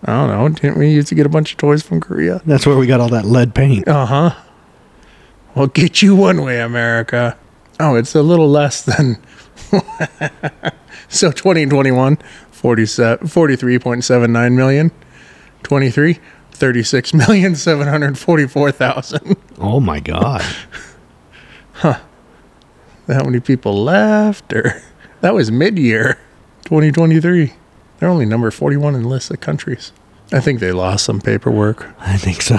I don't know. Didn't we used to get a bunch of toys from Korea? That's where we got all that lead paint. Uh huh. Well, get you one way, America. Oh, it's a little less than. (laughs) so 2021, 47 43.79 million. 23, 36,744,000. Oh my god. (laughs) how many people left or that was mid-year 2023 they're only number 41 in the list of countries i think they lost some paperwork I think so. (laughs) (laughs)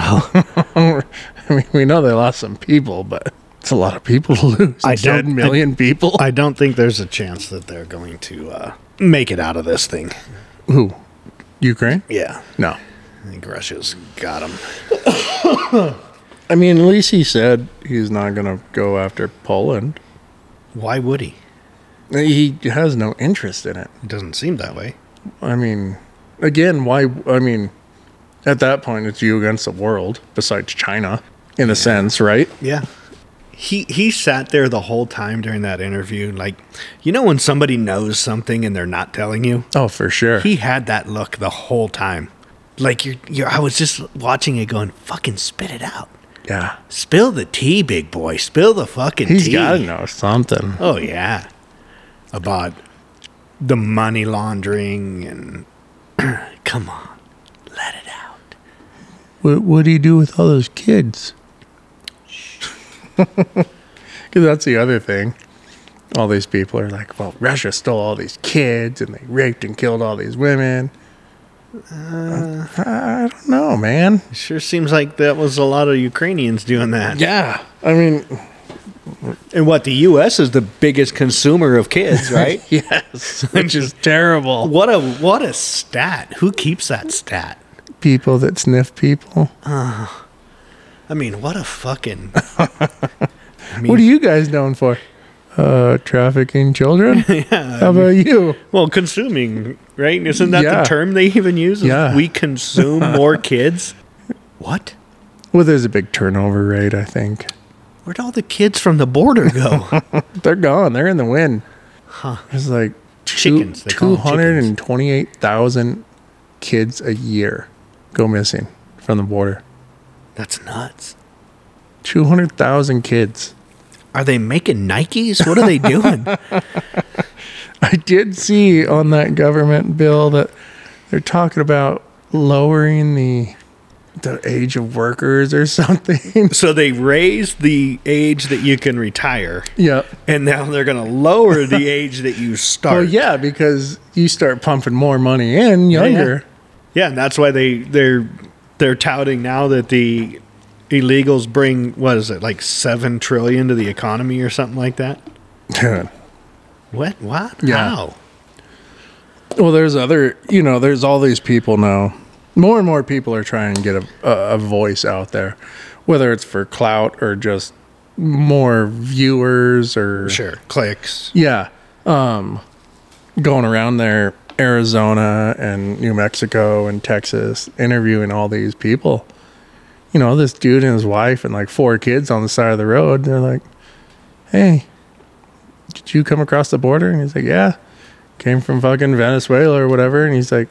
i mean we know they lost some people but it's a lot of people to lose I Seven don't- I- million people I don't think there's a chance that they're going to uh, make it out of this thing. who ukraine Yeah, no I think Russia's got them. i mean at least he said he's not going to go after poland Why would he? he has no interest in it It doesn't seem that way. I mean, again, why? I mean, at that point, it's you against the world, besides China, in a sense, right? Yeah. He he sat there the whole time during that interview, like you know when somebody knows something and they're not telling you. Oh, for sure. He had that look the whole time. Like you you I was just watching it going, fucking spit it out. yeah. Spill the tea, big boy. Spill the fucking he's tea. got to know something. Oh yeah. About the money laundering and (clears throat) come on. Let it out. What would he do with all those (laughs) kids? Because that's the other thing. All these people are like, well, Russia stole all these kids and they raped and killed all these women. Uh, I I don't know, man. It sure seems like that was a lot of Ukrainians doing that. Yeah. I mean, And what the US is the biggest consumer of (laughs) kids, right? yes, which is terrible. What a what a stat. Who keeps that stat? people that sniff people. I mean, what a fucking (laughs) What are you guys known for? Uh, trafficking (laughs) children. How about you? well consuming, right? Isn't that Yeah. the term they even use? is Yeah. We consume (laughs) more kids. What? Well, there's a big turnover rate. I think Where'd all the kids from the border (laughs) go? they're gone. They're in the wind. It's like Chickens, they Two call 'em hundred and twenty-eight thousand kids a year go missing from the border. That's nuts. Two hundred thousand kids. Are they making Nikes? What are they doing? I did see on that government bill that they're talking about lowering the the age of workers or (laughs) something. (laughs) so they raise the age that you can retire, yep. and now they're going to lower (laughs) the age that you start. Well, yeah, because you start pumping more money in younger. Yeah, and that's why they they're they're touting now that the illegals bring what is it like seven trillion to the economy or something like that. (laughs) What? What? Yeah. How? Well, there's other, you know, there's all these people now. More and more people are trying to get a, a, a voice out there, whether it's for clout or just more viewers or Sure. Clicks. yeah, um, going around there, Arizona and New Mexico and Texas, interviewing all these people. You know, this dude and his wife and like four kids on the side of the road. They're like, "Hey, did you come across the border?" And he's like, "Yeah, came from fucking Venezuela or whatever." And he's like,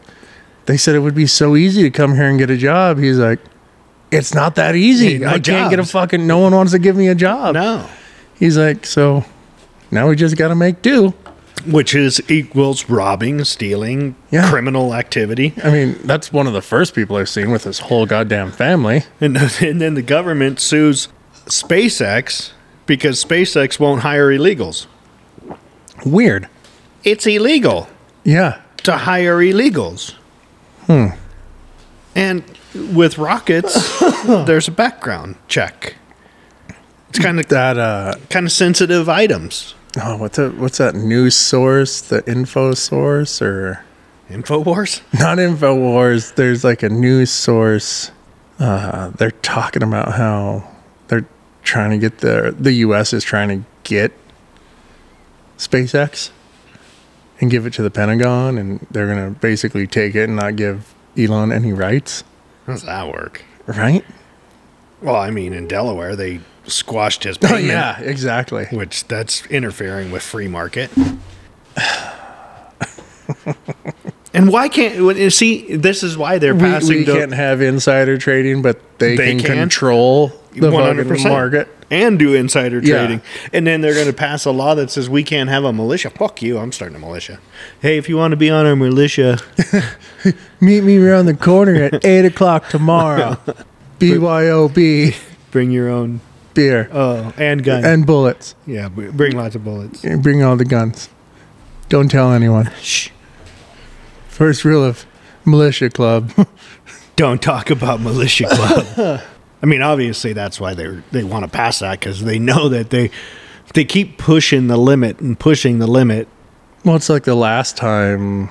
"They said it would be so easy to come here and get a job." He's like, "It's not that easy. Yeah, no I can't get a jobs." fucking. No one wants to give me a job." No. He's like, "So now we just got to make do." Which is equals robbing, stealing, Yeah. criminal activity, I mean, that's one of the first people I've seen with his whole goddamn family. and (laughs) then, and then the government sues SpaceX because SpaceX won't hire illegals. Weird. It's illegal. Yeah. to hire illegals. Hmm. And (laughs) with rockets, there's a background check. It's kind of That uh kind of sensitive items. oh, what's that what's that news source? The info source or Infowars. (laughs) not InfoWars, there's like a news source. Uh they're talking about how they're trying to get the the US is trying to get SpaceX and give it to the Pentagon and they're gonna basically take it and not give Elon any rights. How does that work? (clears throat) Right? Well, I mean, in Delaware, they squashed (laughs) Oh, his payment, exactly. which that's interfering with (laughs) free market. and why can't when- see? This is why they're we, passing. we the- can't have insider trading, but they, They can, can. control the fucking 100%. market. and do insider Yeah. trading. And then they're going to pass a law that says we can't have a militia. Fuck you. I'm starting a militia. Hey, if you want to be on our militia, Meet me around the (laughs) corner at eight o'clock tomorrow. BYOB. bring your own beer Oh, and gun. and bullets. yeah, b- bring lots of bullets. You Bring all the guns. Don't tell anyone. Shh. First rule of militia club. (laughs) Don't talk about militia club. (laughs) I mean, obviously that's why they they want to pass that because they know that they they keep pushing the limit and pushing the limit. well, it's like the last time,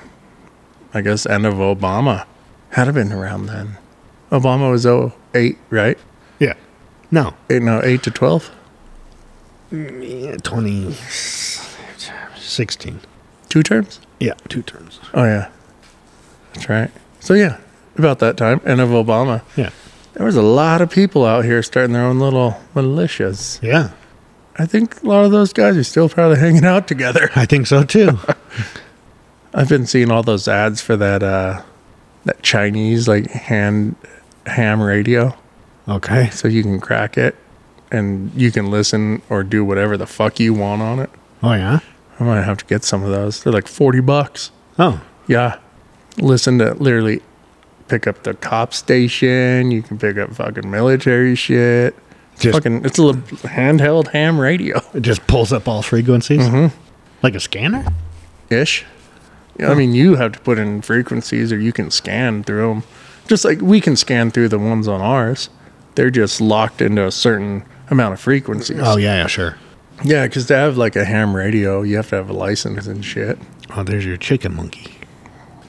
I guess, end of Obama. Had to been around then. Obama was oh eight, right? Yeah. No. Eight, no, 8 to 12? Yeah, Twenty sixteen. Two terms? Yeah, two terms. Oh, yeah. That's right. So, yeah, about that time, end of Obama. Yeah. There was a lot of people out here starting their own little militias. Yeah. I think a lot of those guys are still probably hanging out together. (laughs) I think so too. (laughs) I've been seeing all those ads for that uh that Chinese like hand ham radio okay. so you can crack it and you can listen or do whatever the fuck you want on it. Oh yeah. I might have to get some of those. They're like 40 bucks. Oh. Yeah. Listen to literally pick up the cop station, you can pick up fucking military shit. Just fucking it's a little handheld ham radio. it just pulls up all frequencies. Like a scanner? ish. I mean, you have to put in frequencies, or you can scan through them. Just like we can scan through the ones on ours, they're just locked into a certain amount of frequencies. Oh yeah, yeah, sure. yeah, because to have like a ham radio, you have to have a license and shit. Oh, there's your chicken monkey.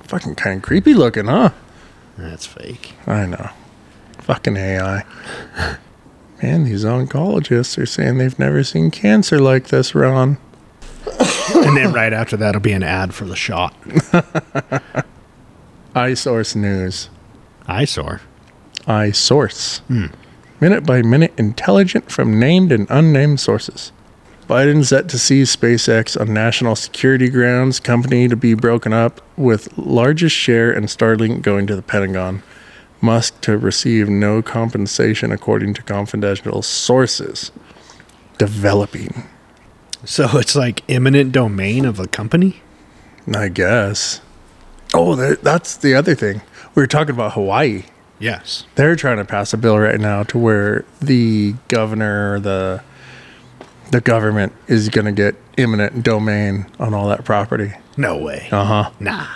Fucking kind of creepy looking, huh? That's fake. I know. Fucking AI. (laughs) Man, these oncologists are saying they've never seen cancer like this, Ron. and then right after that'll be an ad for the shot. iSource News. Eyesore. I source. Minute by minute intelligent from named and unnamed sources. Biden set to seize SpaceX on national security grounds, company to be broken up, with largest share and Starlink going to the Pentagon. Musk to receive no compensation according to confidential sources. Developing, So it's like eminent domain of a company? I guess. Oh, that, that's the other thing. We were talking about Hawaii. Yes. they're trying to pass a bill right now to where the governor or the the government is going to get eminent domain on all that property. No way. Uh-huh. Nah.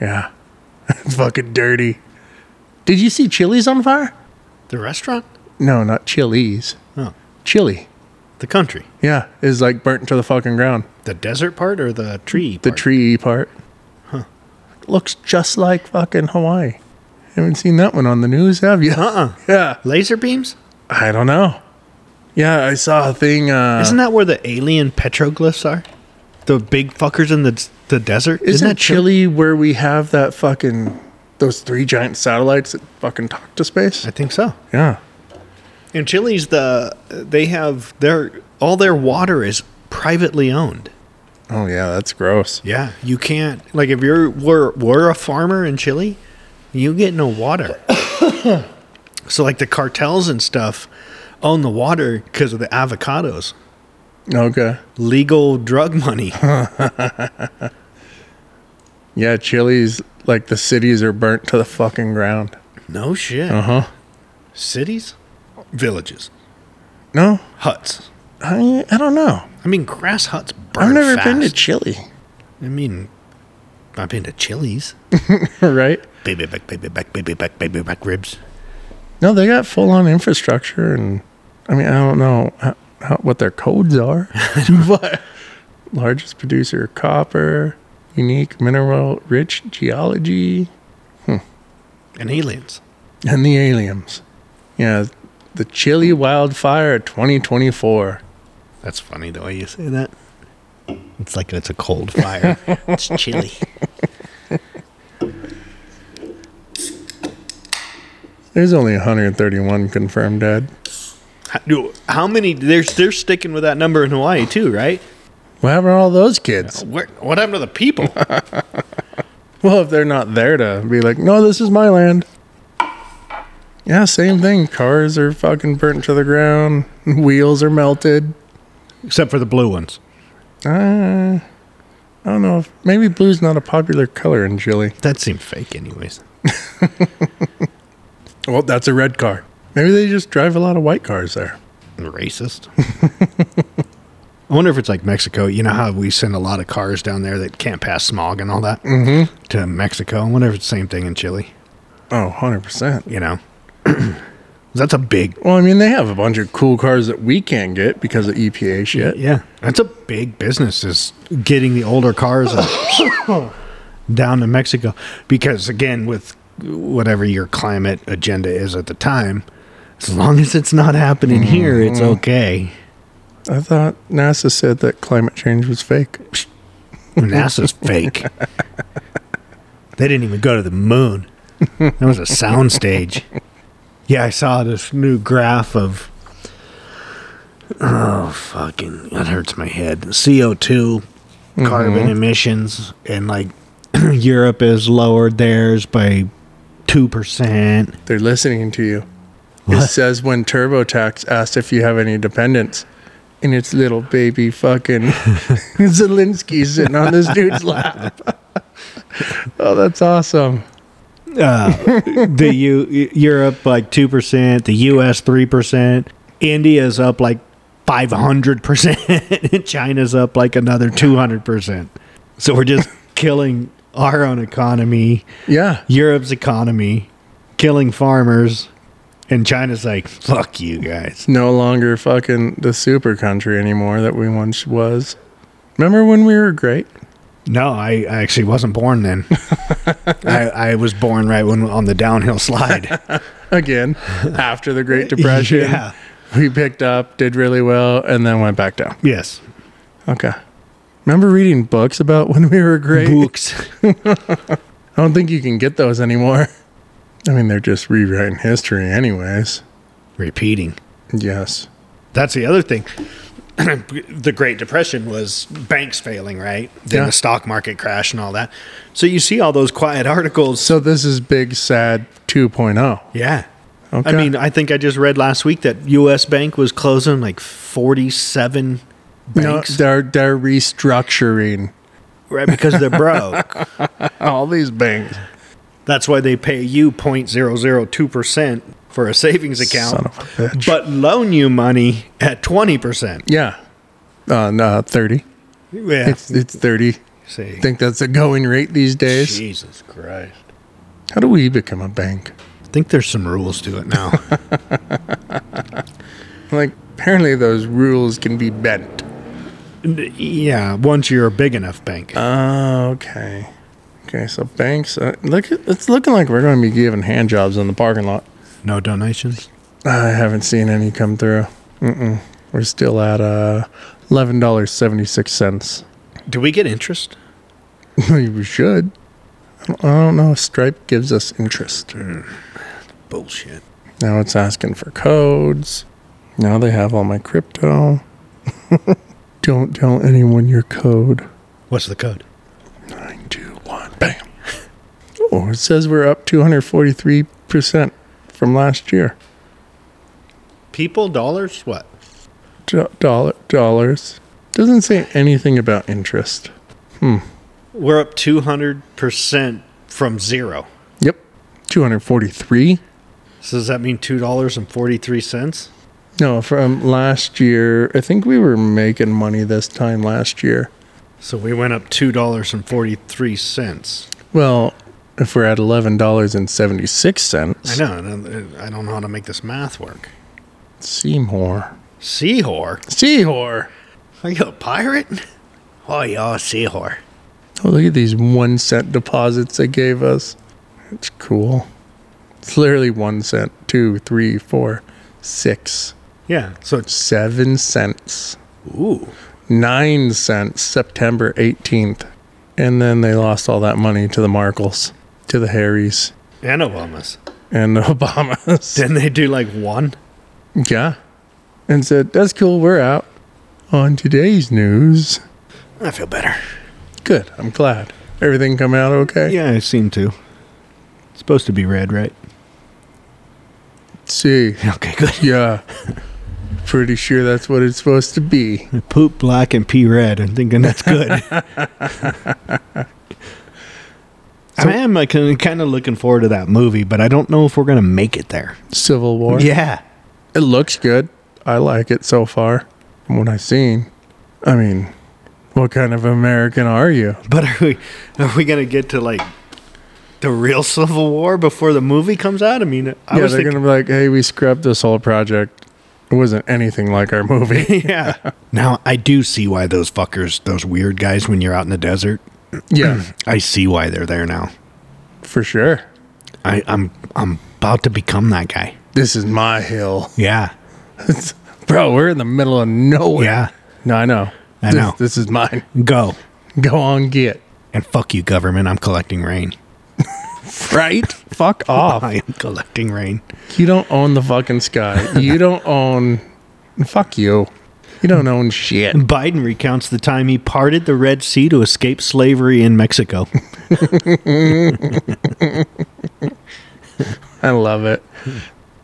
Yeah. (laughs) it's fucking dirty. Did you see Chili's on fire? The restaurant? No, not Chili's. Oh. Chili. The country. Yeah, is like burnt to the fucking ground. The desert part or the tree? The part? tree part. Looks just like fucking Hawaii. Haven't seen that one on the news, have you? Uh-uh. (laughs) Yeah. Laser beams? I don't know. Yeah, I saw a thing uh Isn't that where the alien petroglyphs are? The big fuckers in the the desert? Isn't, that that Chil- Chile where we have that fucking those three giant satellites that fucking talk to space? I think so. Yeah. And Chile's the they have their all their water is privately owned. Oh yeah, that's gross. Yeah, you can't like if you're were were a farmer in Chile, you get no water. (coughs) so like the cartels and stuff own the water because of the avocados, Okay. legal (laughs) drug money. Yeah, Chile's like the cities are burnt to the fucking ground. no shit. Uh huh. Cities, villages, No, huts. I I don't know. I mean, grass huts burn. I've never been to fast. Chile. (laughs) I mean, I've been to Chili's. right? Baby back, baby back, baby back, baby back ribs. No, they got full on infrastructure, and I mean I don't know how, how, what their codes (laughs) are, (laughs) but largest producer of copper, unique mineral rich geology. And aliens. and the aliens. Yeah, the Chile wildfire 2024. That's funny the way you say that. It's like it's a cold (laughs) fire. it's chilly. There's only 131 confirmed dead. How, do- how many? They're they're sticking with that number in Hawaii too, right? What happened to all those kids? Where, what happened to the people? Well, if they're not there to be like, no, this is my land. Yeah, same thing. Cars are fucking burnt to the ground. Wheels are melted. (laughs) Except for the blue ones. Uh, I don't know. If, maybe blue's not a popular color in Chile. That seemed fake, anyways. Well, that's a red car. Maybe they just drive a lot of white cars there. Racist. (laughs) I wonder if it's like Mexico. You know how we send a lot of cars down there that can't pass smog and all that Mm-hmm. to Mexico. I wonder if it's the same thing in Chile. Oh, 100%. You know, (clears throat) that's a big Well, I mean, they have a bunch of cool cars that we can't get because of EPA shit. yeah. That's a big business is getting the older cars up- (coughs) down to Mexico because again with whatever your climate agenda is at the time, as long as it's not happening here, it's okay. I thought NASA said that climate change was fake. NASA's fake. They didn't even go to the moon. That was a soundstage. Yeah, I saw this new graph of. Oh, fucking. That hurts my head. CO2, carbon emissions, and like (clears throat) Europe has lowered theirs by 2%. They're listening to you. It What? says when TurboTax asked if you have any dependents, and it's little baby fucking (laughs) Zelensky sitting on this dude's (laughs) lap. oh, that's awesome. the U- Europe like two percent, the U.S. three percent, India's up like five hundred percent, (laughs) China's up like another two hundred percent. So we're just killing our own economy, Yeah. Europe's economy, killing farmers, and China's like fuck you guys. No longer fucking the super country anymore that we once was. Remember when we were great? No, I, I actually wasn't born then. I, I was born right when on the downhill slide. Again, after the (laughs) Great Depression, Yeah. we picked up, did really well, and then went back down. Yes. Okay. Remember reading books about (laughs) when we were great? Books. I don't think you can get those anymore. I mean, they're just rewriting history, anyways. Repeating. Yes. That's the other thing. (clears throat) the Great Depression was banks failing, right? Then Yeah. the stock market crash and all that. So you see all those quiet (laughs) articles. So this is Big Sad 2.0. yeah. Okay. I mean, I think I just read last week that U.S. Bank was closing like 47 no, banks they're they're restructuring right, because they're broke. (laughs) Oh, all these banks. That's why they pay you 0.002% for a savings account, Son of a bitch. but loan you money at 20%. Yeah. Uh, no, 30. Yeah. It's it's 30. See. I think that's the going rate these days. Jesus Christ. How do we become a bank? I think there's some rules to it now. (laughs) Like apparently those rules can be bent. Yeah, once you're a big enough bank. Oh, okay. Okay, so banks uh, look it's looking like we're going to be giving hand jobs in the parking lot. no donations. I haven't seen any come through. Mm-mm. We're still at uh, eleven dollars seventy six (laughs) cents. Do we get interest? we should. I don't, I don't know if Stripe gives us interest. Bullshit. Now it's asking for codes. Now they have all my crypto. (laughs) don't tell anyone your code. What's the code? Nine two one bam. Oh, it says we're up two hundred forty three percent from last year. People, dollars, what? Do- dollar dollars doesn't say anything about interest. We're up 200% from zero. Yep. 243? So does that mean $2.43? No, from last year. I think we were making money this time last year. So we went up $2.43. Well, if we're at $11.76, I know. and I I don't know how to make this math work. Seymour. Seahor? Seahor! Are you a pirate? Oh, yeah, Seahor. Oh, look at these one cent deposits they gave us. It's cool. It's literally one cent, two, three, four, six, Yeah. So it's. seven cents, Ooh. nine cents, September 18th. And then they lost all that money to the Markles, to the Harrys. And Obamas. and (laughs) Obama's. Didn't they do like one? Yeah. And said, that's cool, we're out. On today's news. I feel better. Good, I'm glad. Everything come out okay? Yeah, I seem to. It's supposed to be red, right? See, (laughs) Okay, good. yeah. Pretty sure that's what it's supposed to be. I poop black and pee red. I'm thinking that's (laughs) good. I am like, kind of looking forward to that movie, but I don't know if we're going to make it there. Civil War. Yeah. It looks good. I like it so far from what I've seen. I mean, what kind of American are you? But are we are we gonna get to like the real Civil War before the movie comes out? I mean, I yeah, was they're thinking, going to be like, hey, we scrubbed this whole project. It wasn't anything like our movie. (laughs) (laughs) (laughs) yeah. Now I do see why those fuckers, those weird guys, when you're out in the desert, yeah, I see why they're there now. for sure. I, I'm I'm about to become that guy. This is my hill. (laughs) Yeah, Bro, we're in the middle of nowhere. yeah. No, I know. I this, know. This is mine. Go Go on, get. and fuck you, government. I'm collecting rain. Right? Fuck off. (laughs) I am collecting rain. You don't own the fucking sky. You don't own. Fuck you. You don't own shit. Biden recounts the time he parted the Red Sea to escape slavery in Mexico. I love it.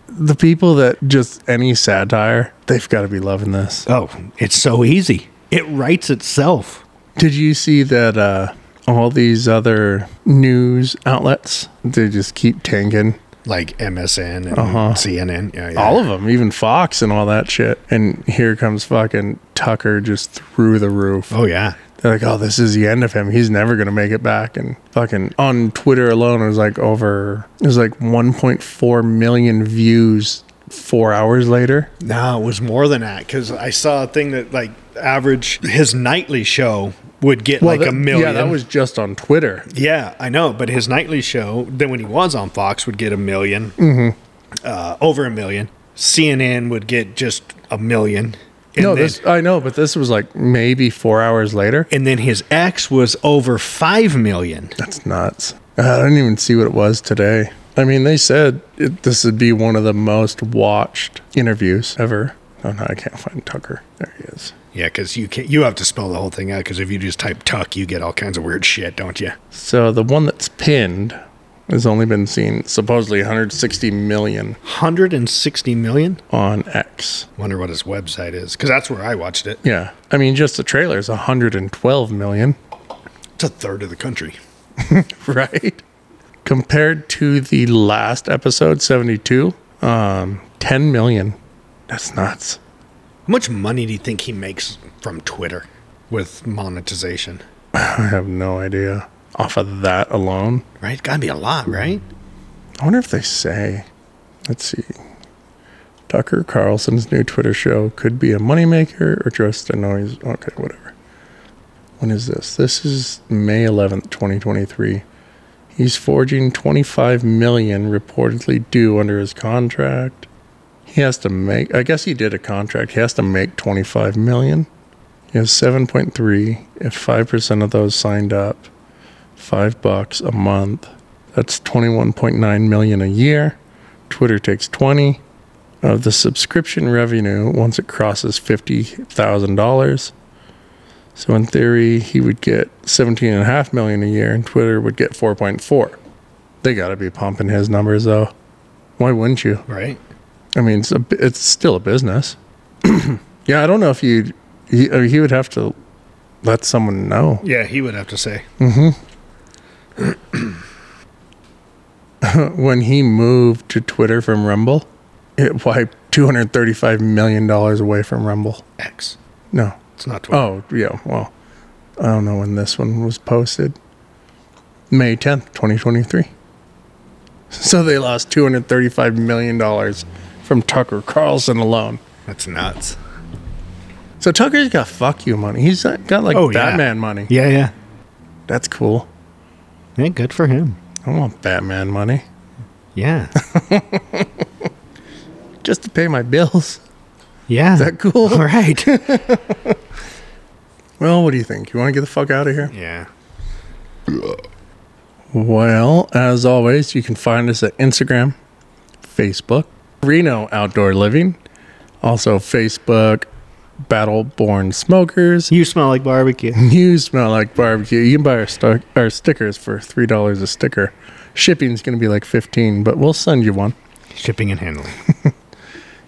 The people that just any satire, they've got to be loving this. (laughs) oh, it's so easy. It writes itself. Did you see that uh, all these other news outlets, they just keep tanking? Like MSN and Uh-huh. CNN. Yeah, yeah. All of them, even Fox and all that shit. And here comes fucking Tucker just through the roof. Oh yeah. They're like, oh, this is the end of him. He's never going to make it back. And fucking on Twitter alone, it was like over, it was like 1.4 million views four hours later. No, it was more than that because I saw a thing that like average his nightly show would get like Well, a that- million. Yeah, that was just on Twitter. Yeah, I know, but his nightly show, then when he was on Fox, would get a 1000000 mm-hmm. uh, over a million. CNN would get just a million. And no, then, this, I know, but this was like maybe four hours later. and then his ex was over five million. That's nuts. I didn't even see what it was today. I mean, they said it, this would be one of the most watched interviews ever. Oh no, I can't find Tucker. There he is. Yeah, because you can not you have to spell the whole thing out. Because if you just type Tuck, you get all kinds of weird shit, don't you? So the one that's pinned has only been seen supposedly 160 million Hundred and sixty million. on X. Wonder what his website is, because that's where I watched it. Yeah, I mean, just the trailer's 112 million, (laughs) It's a third of the country. right? Compared to the last episode, 72, um, 10 million. That's nuts. (laughs) How much money do you think he makes from Twitter with monetization? I have no idea. Off of that alone, Right, gotta be a lot, right? I wonder if they say. Let's see. Tucker Carlson's new Twitter show could be a moneymaker or just a noise. Okay, whatever. When is this? This is May 11th, 2023. He's forging 25 million reportedly due under his contract. He has to make, I guess he did a contract. He has to make 25 million. He has 7.3. If 5% of those signed up, five bucks a month. That's 21.9 million a year. Twitter takes 20 of the subscription revenue once it crosses $50,000. So in theory, he would get 17.5 million a year and Twitter would get 4.4. They got to be pumping his numbers though. Why wouldn't you? Right. I mean, it's a, bu- it's still a business. (clears throat) yeah, I don't know if you he, I mean, he would have to let someone know. Yeah, he would have to say. when he moved to Twitter from Rumble, it wiped two hundred thirty-five million dollars away from Rumble. X. No. It's not Twitter. Oh yeah. Well, I don't know when this one was posted. May tenth, twenty twenty-three. So they lost two hundred thirty-five million dollars from Tucker Carlson alone. That's nuts. So Tucker's got fuck you money. He's got like Oh, yeah. Batman money. Yeah, yeah. That's cool. Yeah, good for him. I want Batman money (laughs) Yeah. just to pay my bills. Yeah. Is that cool? All right. Well, what do you think? You want to get the fuck out of here? (laughs) yeah. Well, as always, you can find us at Instagram, Facebook, Reno Outdoor Living, also Facebook, Battleborn Smokers. You smell like barbecue. You smell like barbecue. You can buy our, stu- our stickers for three dollars a sticker. Shipping's going to be like fifteen, but we'll send you one. Shipping and handling.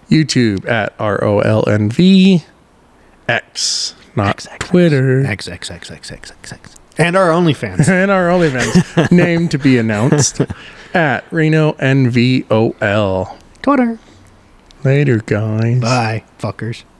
YouTube at R O L N V X, not X, X, X. Twitter. X X X X X X X. And our (laughs) OnlyFans. and our (laughs) OnlyFans name to be announced at Reno NVOL. Twitter. Later, guys. Bye, fuckers.